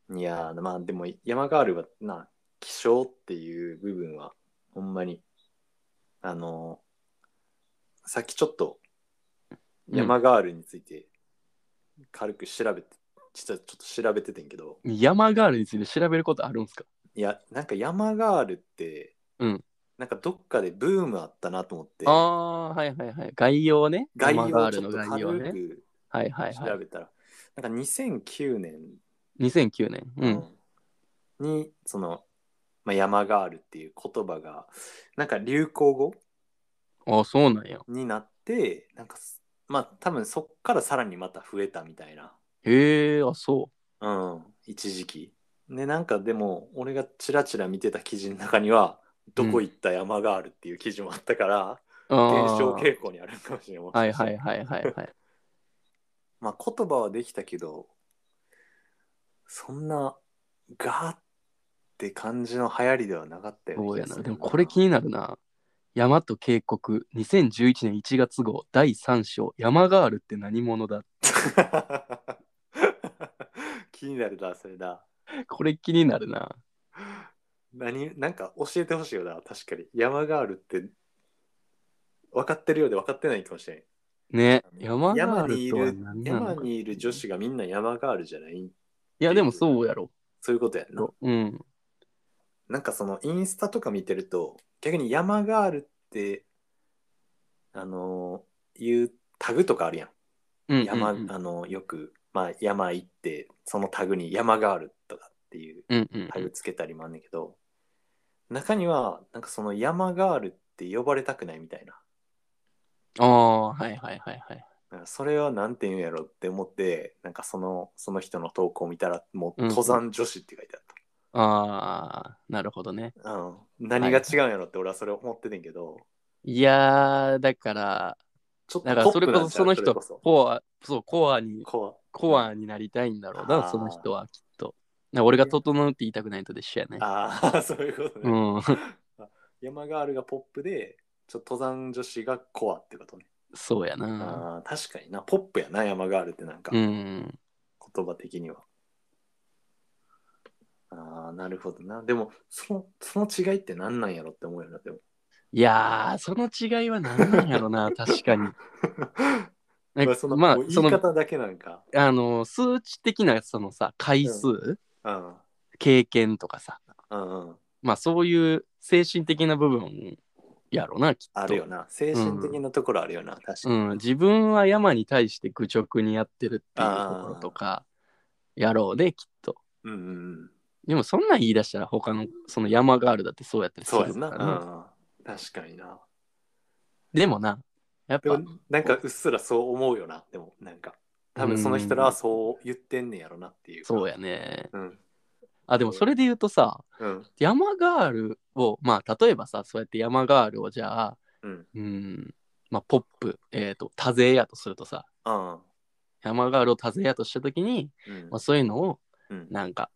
[SPEAKER 2] うんいやーまあでも山ガールはな気象っていう部分はほんまにあのーさっきちょっと山ガールについて軽く調べて、実はちょっと調べててんけど
[SPEAKER 1] 山ガールについて調べることあるんすか
[SPEAKER 2] いやなんか山ガールって、
[SPEAKER 1] うん
[SPEAKER 2] なんかどっかでブームあったなと思って
[SPEAKER 1] ああはいはいはい概要ね
[SPEAKER 2] 概
[SPEAKER 1] 山
[SPEAKER 2] 要
[SPEAKER 1] ガ
[SPEAKER 2] を
[SPEAKER 1] ー
[SPEAKER 2] ち
[SPEAKER 1] ル
[SPEAKER 2] ょ
[SPEAKER 1] の
[SPEAKER 2] っと
[SPEAKER 1] 概要
[SPEAKER 2] 軽
[SPEAKER 1] ね
[SPEAKER 2] く
[SPEAKER 1] はいはいは
[SPEAKER 2] 調
[SPEAKER 1] い
[SPEAKER 2] べたら、なんか2009年
[SPEAKER 1] 2009年うん
[SPEAKER 2] にその、まあ、山ガールっていう言葉がなんか流行語
[SPEAKER 1] ああそうなんや
[SPEAKER 2] になってなんかすまあ多分そっからさらにまた増えたみたいな、
[SPEAKER 1] へえあそ
[SPEAKER 2] うん、一時期でなんかでも俺がチラチラ見てた記事の中には「どこ行った山ガール」っていう記事もあったから、
[SPEAKER 1] うあ
[SPEAKER 2] 減少
[SPEAKER 1] ー
[SPEAKER 2] 傾向にあるかもしれません
[SPEAKER 1] はいはいはいはい *laughs* はい
[SPEAKER 2] まあ言葉はできたけど、そんなガーって感じの流行りではなかったよ
[SPEAKER 1] そうう
[SPEAKER 2] な
[SPEAKER 1] や
[SPEAKER 2] 気
[SPEAKER 1] な。
[SPEAKER 2] がする
[SPEAKER 1] でもこれ気になるな。大和渓谷2011年1月号第3章「山ガールって何者だ?
[SPEAKER 2] *laughs* 気になるな、それだ。」
[SPEAKER 1] これ気になるな。
[SPEAKER 2] 何、なんか教えてほしいよな、確かに。山ガールって、分かってるようで分かってないかもしれん。
[SPEAKER 1] ね。山ガ
[SPEAKER 2] 山
[SPEAKER 1] ー
[SPEAKER 2] にい
[SPEAKER 1] ルとは
[SPEAKER 2] る
[SPEAKER 1] 何、なの
[SPEAKER 2] 山
[SPEAKER 1] か
[SPEAKER 2] にいる女子がみんな山ガールじゃない
[SPEAKER 1] いやでもそうやろ。
[SPEAKER 2] そういうことやんな。
[SPEAKER 1] うん。
[SPEAKER 2] なんかそのインスタとか見てると逆に山ガールってあのーいうタグとかあるやん
[SPEAKER 1] うんうん
[SPEAKER 2] 山、
[SPEAKER 1] うん
[SPEAKER 2] あのよく、まあ、山行ってそのタグに山ガールとかっていう
[SPEAKER 1] うんうん
[SPEAKER 2] タグつけたりもあんねんけど、中にはなんかその山ガールっって呼ばれたくないみたいな。
[SPEAKER 1] ああ、はいはいはいはい。
[SPEAKER 2] なんかそれはなんて言うんやろって思って、なんかその、その人の投稿を見たら、もう
[SPEAKER 1] うん
[SPEAKER 2] 登山女子って書いてあった。
[SPEAKER 1] ああ、なるほどね。
[SPEAKER 2] うん、何が違うんやろって俺はそれ思っててんけど、
[SPEAKER 1] いやー、だから、
[SPEAKER 2] ちょっ
[SPEAKER 1] だから
[SPEAKER 2] とポ
[SPEAKER 1] そ
[SPEAKER 2] ッ
[SPEAKER 1] れ
[SPEAKER 2] プ
[SPEAKER 1] こ
[SPEAKER 2] なん
[SPEAKER 1] そ
[SPEAKER 2] ちゃ
[SPEAKER 1] そうの
[SPEAKER 2] れ
[SPEAKER 1] 人、
[SPEAKER 2] こそ
[SPEAKER 1] コア、そう、コアに、
[SPEAKER 2] 怖
[SPEAKER 1] コアになりたいんだろう
[SPEAKER 2] あ
[SPEAKER 1] な、
[SPEAKER 2] ー
[SPEAKER 1] その人はきっと。な俺が整うって言いたくないのとで一緒やね。
[SPEAKER 2] あ *laughs* あ、そういうことね。
[SPEAKER 1] うん、
[SPEAKER 2] 山ガールがポップで、ちょっと登山女子がコアってことね。
[SPEAKER 1] *laughs* そうやな。
[SPEAKER 2] ああ確かにな、ポップやな、山ガールってなんか、
[SPEAKER 1] うん。
[SPEAKER 2] 言葉的には。ああ、なるほどな。でも、その、その違いって何なんやろって思うよな、でも。
[SPEAKER 1] いやー、その違いは何なんやろ
[SPEAKER 2] *laughs*
[SPEAKER 1] な、確かに。なん
[SPEAKER 2] ま
[SPEAKER 1] か
[SPEAKER 2] あ、その、
[SPEAKER 1] まあ
[SPEAKER 2] もう、言
[SPEAKER 1] そ
[SPEAKER 2] い
[SPEAKER 1] の、
[SPEAKER 2] 方だけなんか。
[SPEAKER 1] あの、数値的な、そのさ、回数、
[SPEAKER 2] うん。
[SPEAKER 1] 経験とかさ、
[SPEAKER 2] うんうん。
[SPEAKER 1] まあそういう精神的な部分やろな、きっと。
[SPEAKER 2] あるよな。精神的なところあるよな、確か
[SPEAKER 1] う
[SPEAKER 2] に。
[SPEAKER 1] ん、自分は山に対して愚直にやってるっていうところとか、やろうね、きっと。
[SPEAKER 2] うんうんうん。
[SPEAKER 1] でもそんなん言い出したら他のその山ガールだってそうやったりす
[SPEAKER 2] そうや
[SPEAKER 1] る
[SPEAKER 2] ん
[SPEAKER 1] か
[SPEAKER 2] な。
[SPEAKER 1] らな
[SPEAKER 2] うん。確かにな。
[SPEAKER 1] でもな、やっ
[SPEAKER 2] で
[SPEAKER 1] ぱ
[SPEAKER 2] も、なんかうっすらそう思うよな。でも、なんか、多分その人らはそう言ってんねやろなっていう。
[SPEAKER 1] そう。やね。
[SPEAKER 2] うん。
[SPEAKER 1] あ、でもそれで言うとさ、
[SPEAKER 2] うん。
[SPEAKER 1] 山ガールを、まあ例えばさ、そうやって山ガールをじゃあ、
[SPEAKER 2] うん。
[SPEAKER 1] うん、まあポップ、えっ、と、多勢やとするとさ、
[SPEAKER 2] あ
[SPEAKER 1] 山ガールを多勢やとしたときに、
[SPEAKER 2] ーうん
[SPEAKER 1] まあ、そういうのを、
[SPEAKER 2] うん。
[SPEAKER 1] なんか、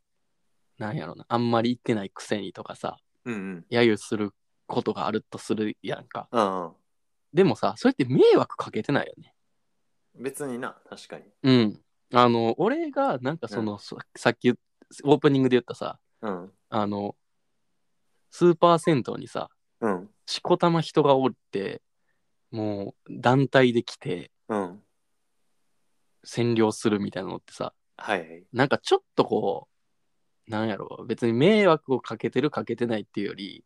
[SPEAKER 1] なんやろな、あんまり言ってないくせにとかさ、
[SPEAKER 2] うんうん。
[SPEAKER 1] 揶揄することがあるとするやんか。
[SPEAKER 2] ああ。
[SPEAKER 1] でもさ、それって迷惑かけてないよね。
[SPEAKER 2] 別にな、確かに。
[SPEAKER 1] うん。あの、俺が、なんかその、ささっきオープニングで言ったさ、
[SPEAKER 2] うん。
[SPEAKER 1] あの、スーパー銭湯にさ、
[SPEAKER 2] うん。
[SPEAKER 1] しこたま人がおって、もう団体で来て
[SPEAKER 2] うん。
[SPEAKER 1] 占領するみたいなのってさ、
[SPEAKER 2] はいはい。
[SPEAKER 1] なんかちょっとこう、なんやろう、別に迷惑をかけてるかけてないっていうより、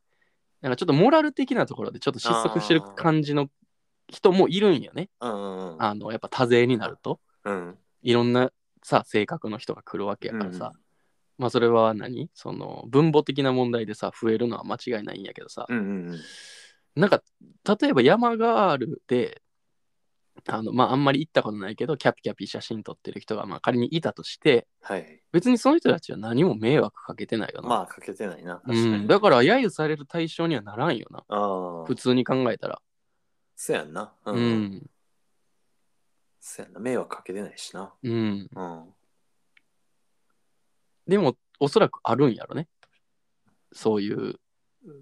[SPEAKER 1] なんかちょっとモラル的なところでちょっと失速してる感じの人もいるんよね。
[SPEAKER 2] うんうんうん。
[SPEAKER 1] あの、やっぱ多勢になると、
[SPEAKER 2] うん。
[SPEAKER 1] いろんなさ、性格の人が来るわけやからさ、まあそれは何その分母的な問題でさ、増えるのは間違いないんやけどさ、
[SPEAKER 2] うんうんうん。
[SPEAKER 1] なんか、例えば山ガールで、あの、まああんまり行ったことないけど、キャピキャピ写真撮ってる人が、まあ仮にいたとして、
[SPEAKER 2] はいはい。
[SPEAKER 1] 別にその人たちは何も迷惑かけてないよな。
[SPEAKER 2] まあ、かけてないな。確か
[SPEAKER 1] う
[SPEAKER 2] に。
[SPEAKER 1] ん、だから揶揄される対象にはならんよな
[SPEAKER 2] ああ。
[SPEAKER 1] 普通に考えたら
[SPEAKER 2] そうやんな。う。
[SPEAKER 1] うんん
[SPEAKER 2] そうやんな。迷惑かけてないしな。
[SPEAKER 1] うん、
[SPEAKER 2] うん。
[SPEAKER 1] でもおそらくあるんやろねそういう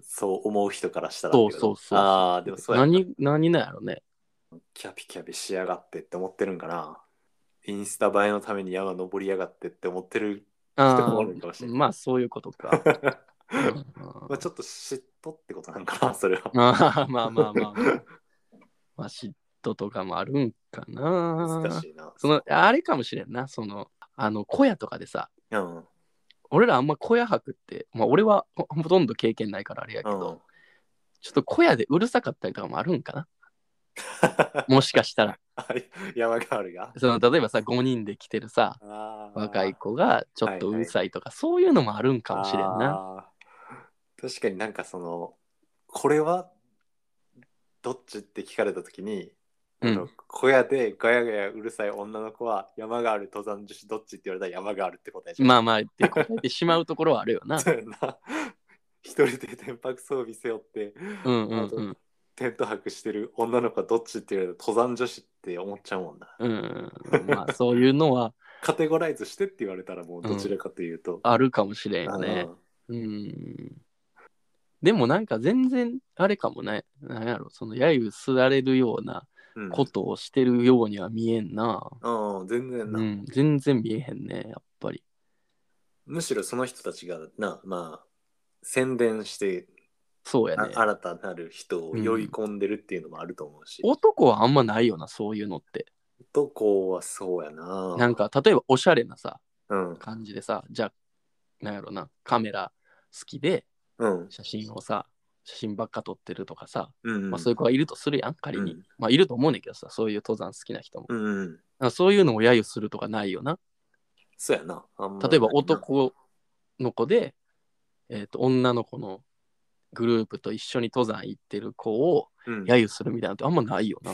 [SPEAKER 2] そう思う人からしたらって
[SPEAKER 1] そ
[SPEAKER 2] こ
[SPEAKER 1] う
[SPEAKER 2] と。
[SPEAKER 1] そうそう
[SPEAKER 2] ああ、でもそうやんな
[SPEAKER 1] 何何なんやろね
[SPEAKER 2] キャピキャピしやがってって思ってるんかな。インスタ映えのために山登りやがってって思ってる。人も
[SPEAKER 1] あ
[SPEAKER 2] おるかもし
[SPEAKER 1] あ
[SPEAKER 2] れん
[SPEAKER 1] まあそういうことか、うん
[SPEAKER 2] *laughs* まあちょっと嫉妬ってことなんかな、それは。
[SPEAKER 1] あ *laughs* ーまあまあまあまあ、まあ、嫉妬とかもあるんかな
[SPEAKER 2] 難しいな。
[SPEAKER 1] そのあれかもしれんなそのあの小屋とかでさ
[SPEAKER 2] うん。うん。
[SPEAKER 1] 俺らあんま小屋泊って、まあ、俺はほほとんど経験ないからあれやけど、ちょっと小屋でうるさかったりとかもあるんかなもしかしたら。
[SPEAKER 2] *laughs* 山ガールが。
[SPEAKER 1] その例えばさ5人で来てるさ
[SPEAKER 2] あー
[SPEAKER 1] 若い子がちょっとうるさいとか、そういうのもあるんかもしれんな。
[SPEAKER 2] あー。確かになんかその、これはどっちって聞かれたときに、
[SPEAKER 1] うん
[SPEAKER 2] あの小屋でガヤガヤうるさい女の子は山ガール登山女子どっちって言われたら山ガールって答えじゃん
[SPEAKER 1] まあまあって答えてしまうところはあるよ *laughs* な。
[SPEAKER 2] そうやんな。一人で天白装備背負って
[SPEAKER 1] うんうんうん。
[SPEAKER 2] テント泊してる女の子はどっちって言われたら登山女子って思っちゃうもんな。
[SPEAKER 1] うん、まあそういうのは
[SPEAKER 2] カテゴライズしてって言われたらもうどちらかというと。
[SPEAKER 1] あるかもしれんよね。うん。でもなんか全然あれかもね。なんやろ、その揶揄すられるような
[SPEAKER 2] あのうん
[SPEAKER 1] ことをしてるようには見えんな。
[SPEAKER 2] うん、全然な、
[SPEAKER 1] うん、全然見えへんね、やっぱり。
[SPEAKER 2] むしろその人たちがな、まあ、宣伝して、
[SPEAKER 1] そうや
[SPEAKER 2] あ
[SPEAKER 1] ね。
[SPEAKER 2] 新たなる人を呼び込んでるっていうのもあると思うし。
[SPEAKER 1] 男はあんまないよな、そういうのって。
[SPEAKER 2] 男はそうやな。
[SPEAKER 1] なんか、例えばおしゃれなさ、
[SPEAKER 2] うん、
[SPEAKER 1] 感じでさ、じゃあ、なんやろな、カメラ好きで
[SPEAKER 2] うん、
[SPEAKER 1] 写真をさ、写真ばっか撮ってるとかさ、
[SPEAKER 2] うん。
[SPEAKER 1] まあそういう子がいるとするやん、仮に。
[SPEAKER 2] うん
[SPEAKER 1] まあいると思うねんけどさ、そういう登山好きな人も。
[SPEAKER 2] うん、うん。
[SPEAKER 1] なんかそういうのを揶揄するとかないよな。
[SPEAKER 2] そうやな。あんま
[SPEAKER 1] 例えば
[SPEAKER 2] ないな。
[SPEAKER 1] 男の子で、えっ、と、女の子のグループと一緒に登山行ってる子を
[SPEAKER 2] うん
[SPEAKER 1] 揶揄するみたいなのってあんまないよな。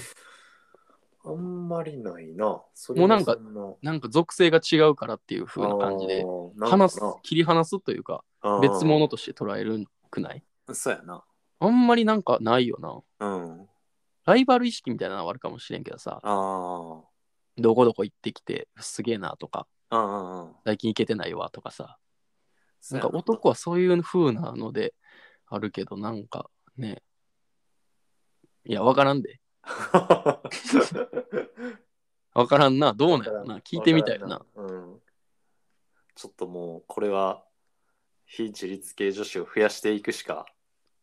[SPEAKER 2] あんまりないな。それ
[SPEAKER 1] もうなんか
[SPEAKER 2] そな
[SPEAKER 1] なんか属性が違うからっていう風な感じで、、
[SPEAKER 2] 話
[SPEAKER 1] 話す、切り離すというか、別物として捉えるくない
[SPEAKER 2] そうやな。
[SPEAKER 1] あんまりなんかないよな。
[SPEAKER 2] うん。
[SPEAKER 1] ライバル意識みたいなのはあるかもしれんけどさ、
[SPEAKER 2] あ
[SPEAKER 1] どこどこ行ってきて、すげえなとか、
[SPEAKER 2] あ。うんうんうん。
[SPEAKER 1] 最近行けてないわとかさ、
[SPEAKER 2] そ
[SPEAKER 1] な
[SPEAKER 2] うんや
[SPEAKER 1] か
[SPEAKER 2] *laughs*
[SPEAKER 1] 男はそういう風なのであるけど、なんかね、いや、わからんで。わからんな。どうなんやろな。聞いてみたいよな。
[SPEAKER 2] うん。ちょっともう、これは、非自立系女子を増やしていくしか、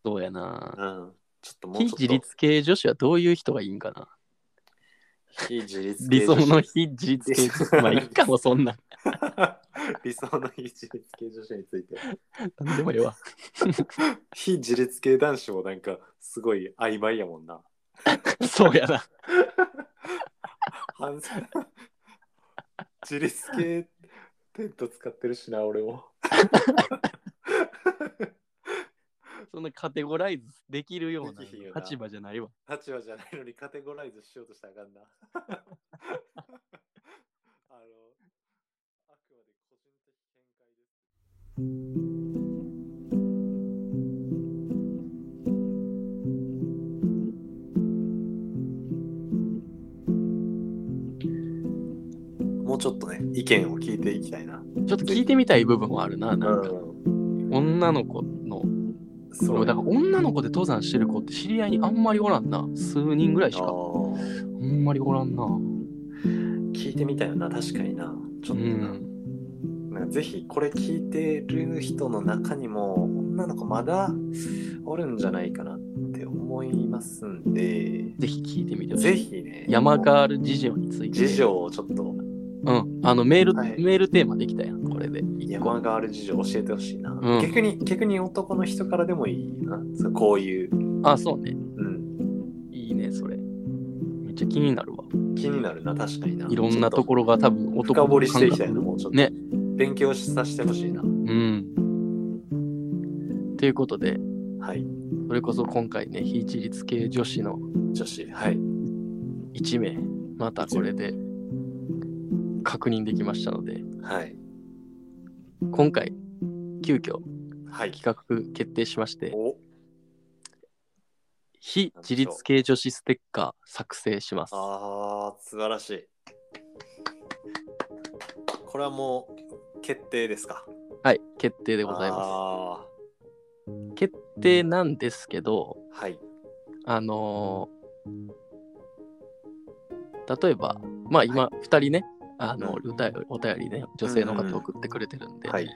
[SPEAKER 1] どうやな。
[SPEAKER 2] うん。ちょっともう
[SPEAKER 1] 非
[SPEAKER 2] ちょっと
[SPEAKER 1] 自立系女子はどういう人がいいんかな。
[SPEAKER 2] 非自立
[SPEAKER 1] 理
[SPEAKER 2] 系
[SPEAKER 1] 想
[SPEAKER 2] 女子
[SPEAKER 1] の非自立系女子。まあ、いいかも、そ
[SPEAKER 2] *laughs*
[SPEAKER 1] んなん。
[SPEAKER 2] 理想の非自立系女子について。
[SPEAKER 1] なんでもええわ。
[SPEAKER 2] 非自立系男子もなんか、すごい曖昧やもんな。
[SPEAKER 1] そうやな。
[SPEAKER 2] 反省 *laughs* 自立系テント使ってるしな、俺も。
[SPEAKER 1] そんなカテゴライズできるような
[SPEAKER 2] できひんよな
[SPEAKER 1] 立場じゃないわ。
[SPEAKER 2] 立場じゃないのにカテゴライズしようとしたらあかんな。 *laughs* あの、あくまで個人的見解です。もうちょっとね、意見を聞いていきたいな。
[SPEAKER 1] ちょっと聞いてみたい部分はあるな。なんか、
[SPEAKER 2] ん、
[SPEAKER 1] 女の子の。で
[SPEAKER 2] そ
[SPEAKER 1] も
[SPEAKER 2] う
[SPEAKER 1] だから女の子で登山してる子って知り合いにあんまりおらんな。数人ぐらいしか。
[SPEAKER 2] あ
[SPEAKER 1] あ
[SPEAKER 2] ー
[SPEAKER 1] んまりおらんな。
[SPEAKER 2] 聞いてみたいよな、確かにな。ちょ
[SPEAKER 1] う
[SPEAKER 2] っとな。
[SPEAKER 1] ん。
[SPEAKER 2] なんかぜひこれ聞いてる人の中にも女の子まだおるんじゃないかなって思いますんで、
[SPEAKER 1] ぜひ聞いてみてほしい。
[SPEAKER 2] ぜひね、
[SPEAKER 1] 山ガール事情について。
[SPEAKER 2] 事情をちょっと
[SPEAKER 1] うん。あの、メール、
[SPEAKER 2] はい
[SPEAKER 1] メールテーマできたやん、これで。一個
[SPEAKER 2] 山がある事情教えてほしいな、
[SPEAKER 1] うん
[SPEAKER 2] 逆に。逆に男の人からでもいいな、そうこういう、
[SPEAKER 1] あ、そうね。
[SPEAKER 2] うん、
[SPEAKER 1] いいね、それ。めっちゃ気になるわ。
[SPEAKER 2] 気になるな、確かにな。
[SPEAKER 1] いろんなところが多分
[SPEAKER 2] ちょっと
[SPEAKER 1] 男
[SPEAKER 2] 深
[SPEAKER 1] の
[SPEAKER 2] 掘
[SPEAKER 1] 感
[SPEAKER 2] り
[SPEAKER 1] 覚
[SPEAKER 2] していきたいな、もうちょっと。
[SPEAKER 1] ね。
[SPEAKER 2] 勉強しさせてほしいな。
[SPEAKER 1] うん。ということで、
[SPEAKER 2] はい、
[SPEAKER 1] それこそ今回ね、非自立系女子の
[SPEAKER 2] 女子、はい。
[SPEAKER 1] 1名、またこれで確認できましたので、
[SPEAKER 2] はい。
[SPEAKER 1] 今回、急遽
[SPEAKER 2] はい。
[SPEAKER 1] 企画決定しまして、
[SPEAKER 2] お
[SPEAKER 1] 非自立系女子ステッカー作成します。
[SPEAKER 2] あー素晴らしいこれはもう決定ですか
[SPEAKER 1] はい、決定でございま
[SPEAKER 2] あ
[SPEAKER 1] す。決定なんですけど、
[SPEAKER 2] ーはい
[SPEAKER 1] あのー例えば、まあ今、2人ね、あの
[SPEAKER 2] う
[SPEAKER 1] お便りお便りね、女性の
[SPEAKER 2] うんうん
[SPEAKER 1] 方送ってくれてるんで、
[SPEAKER 2] はい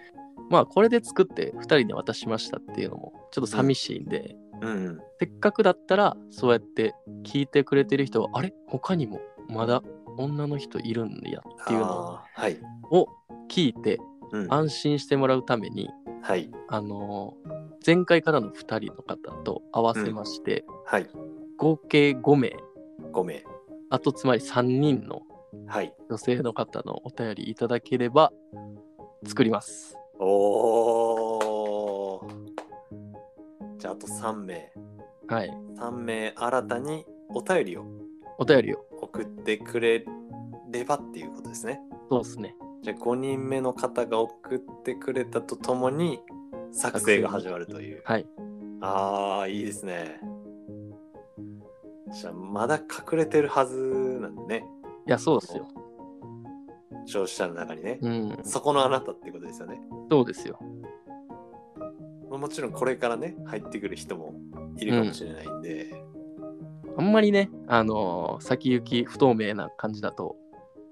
[SPEAKER 1] まあこれで作って2人で渡しましたっていうのもちょっと寂しいんで、
[SPEAKER 2] うんうん
[SPEAKER 1] せっかくだったらそうやって聞いてくれてる人はあれ他にもまだ女の人いるんやっていうの
[SPEAKER 2] あーはい
[SPEAKER 1] を聞いて
[SPEAKER 2] うん
[SPEAKER 1] 安心してもらうために、
[SPEAKER 2] はい
[SPEAKER 1] あのー前回からの2人の方と合わせまして、
[SPEAKER 2] はい
[SPEAKER 1] 合計5名
[SPEAKER 2] 5名
[SPEAKER 1] あとつまり3人の
[SPEAKER 2] はい
[SPEAKER 1] 女性の方のお便りいただければ作ります。
[SPEAKER 2] おーじゃああと3名
[SPEAKER 1] はい。
[SPEAKER 2] 3名新たにお便りを
[SPEAKER 1] お便りを。
[SPEAKER 2] 送ってくれればっていうことですね
[SPEAKER 1] そうですね。
[SPEAKER 2] じゃあ5人目の方が送ってくれたとともに作成が始まるという
[SPEAKER 1] はい。
[SPEAKER 2] ああ、いいですね。じゃあ、まだ隠れてるはずなんでね。
[SPEAKER 1] いや、そうですよ。
[SPEAKER 2] 消費者の中にね。
[SPEAKER 1] うん。
[SPEAKER 2] そこのあなたってことですよね。
[SPEAKER 1] そうですよ。
[SPEAKER 2] まあもちろんこれからね、入ってくる人もいるかもしれないんで。
[SPEAKER 1] あんまりね、あのー先行き不透明な感じだと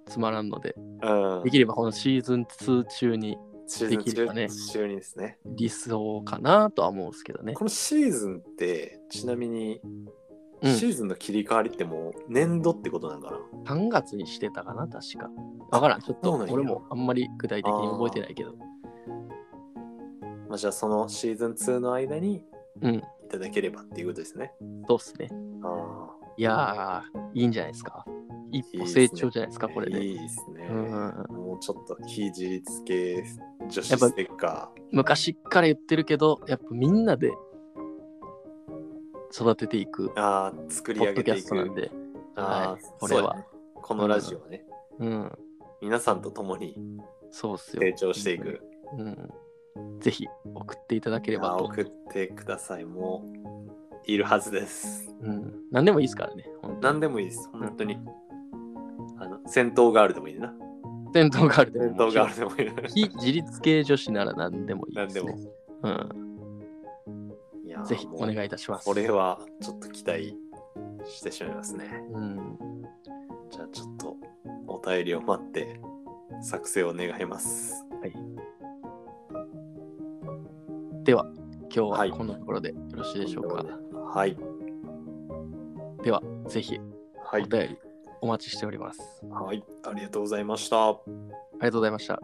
[SPEAKER 1] つまらんので、
[SPEAKER 2] うん。
[SPEAKER 1] できればこのシーズン2中に
[SPEAKER 2] シーズン
[SPEAKER 1] できればね
[SPEAKER 2] 中中にですね。
[SPEAKER 1] 理想かなとは思うんですけどね。
[SPEAKER 2] このシーズンって、ちなみに、
[SPEAKER 1] うん
[SPEAKER 2] シーズンの切り替わりってもう年度ってことなんかな。
[SPEAKER 1] 3月にしてたかな、確か。わからん。ちょっと
[SPEAKER 2] そうなんや
[SPEAKER 1] 俺もあんまり具体的に覚えてないけど。
[SPEAKER 2] まあ、じゃあ、そのシーズン2の間に
[SPEAKER 1] うん。
[SPEAKER 2] いただければっていうことですね。
[SPEAKER 1] そうっすね。
[SPEAKER 2] ああ
[SPEAKER 1] いやー、いいんじゃないですか。一
[SPEAKER 2] いいっ
[SPEAKER 1] 歩
[SPEAKER 2] すね
[SPEAKER 1] 成長じゃないですか、これで。
[SPEAKER 2] いいですね。
[SPEAKER 1] うん
[SPEAKER 2] もうちょっと非自立系女子
[SPEAKER 1] やっぱ
[SPEAKER 2] ステッカ
[SPEAKER 1] 昔っから言ってるけどやっぱみんなで育てていく
[SPEAKER 2] ああ、作り
[SPEAKER 1] ポ
[SPEAKER 2] 上
[SPEAKER 1] ッドキ
[SPEAKER 2] げ
[SPEAKER 1] ャ
[SPEAKER 2] てい
[SPEAKER 1] ストなん
[SPEAKER 2] く。
[SPEAKER 1] で、
[SPEAKER 2] あ
[SPEAKER 1] は
[SPEAKER 2] あ
[SPEAKER 1] い、
[SPEAKER 2] そ
[SPEAKER 1] こ
[SPEAKER 2] う
[SPEAKER 1] れ
[SPEAKER 2] やね
[SPEAKER 1] は
[SPEAKER 2] このラジオはね、
[SPEAKER 1] うん、
[SPEAKER 2] 皆さんと共に
[SPEAKER 1] そうっすよ。
[SPEAKER 2] 成長していく。
[SPEAKER 1] うん、ぜひ送っていただければ
[SPEAKER 2] あー
[SPEAKER 1] と。
[SPEAKER 2] 送ってください。もう、いるはずです。
[SPEAKER 1] うん、何でもいいですからね。本当に
[SPEAKER 2] 何でもいいです、本当に。あの、戦闘ガールでもいいな。
[SPEAKER 1] 伝統があるで
[SPEAKER 2] 戦
[SPEAKER 1] も。
[SPEAKER 2] 闘ガールでもいいな。
[SPEAKER 1] 非自立系女子なら何でもいいです、ね。
[SPEAKER 2] 何
[SPEAKER 1] うん、
[SPEAKER 2] いやー
[SPEAKER 1] ぜひお
[SPEAKER 2] も
[SPEAKER 1] 願いいたしま
[SPEAKER 2] う
[SPEAKER 1] す。
[SPEAKER 2] これはちょっと期待してしまいますね。
[SPEAKER 1] うん、
[SPEAKER 2] じゃあちょっとお便りを待って作成を願います。
[SPEAKER 1] では、今日
[SPEAKER 2] は
[SPEAKER 1] はいこのところでよろしいでしょうか。
[SPEAKER 2] はい。
[SPEAKER 1] では、ぜひ
[SPEAKER 2] は
[SPEAKER 1] お
[SPEAKER 2] い。
[SPEAKER 1] 便りお待ちしております。あ
[SPEAKER 2] はい。ありがとうございました。
[SPEAKER 1] りがとうございました。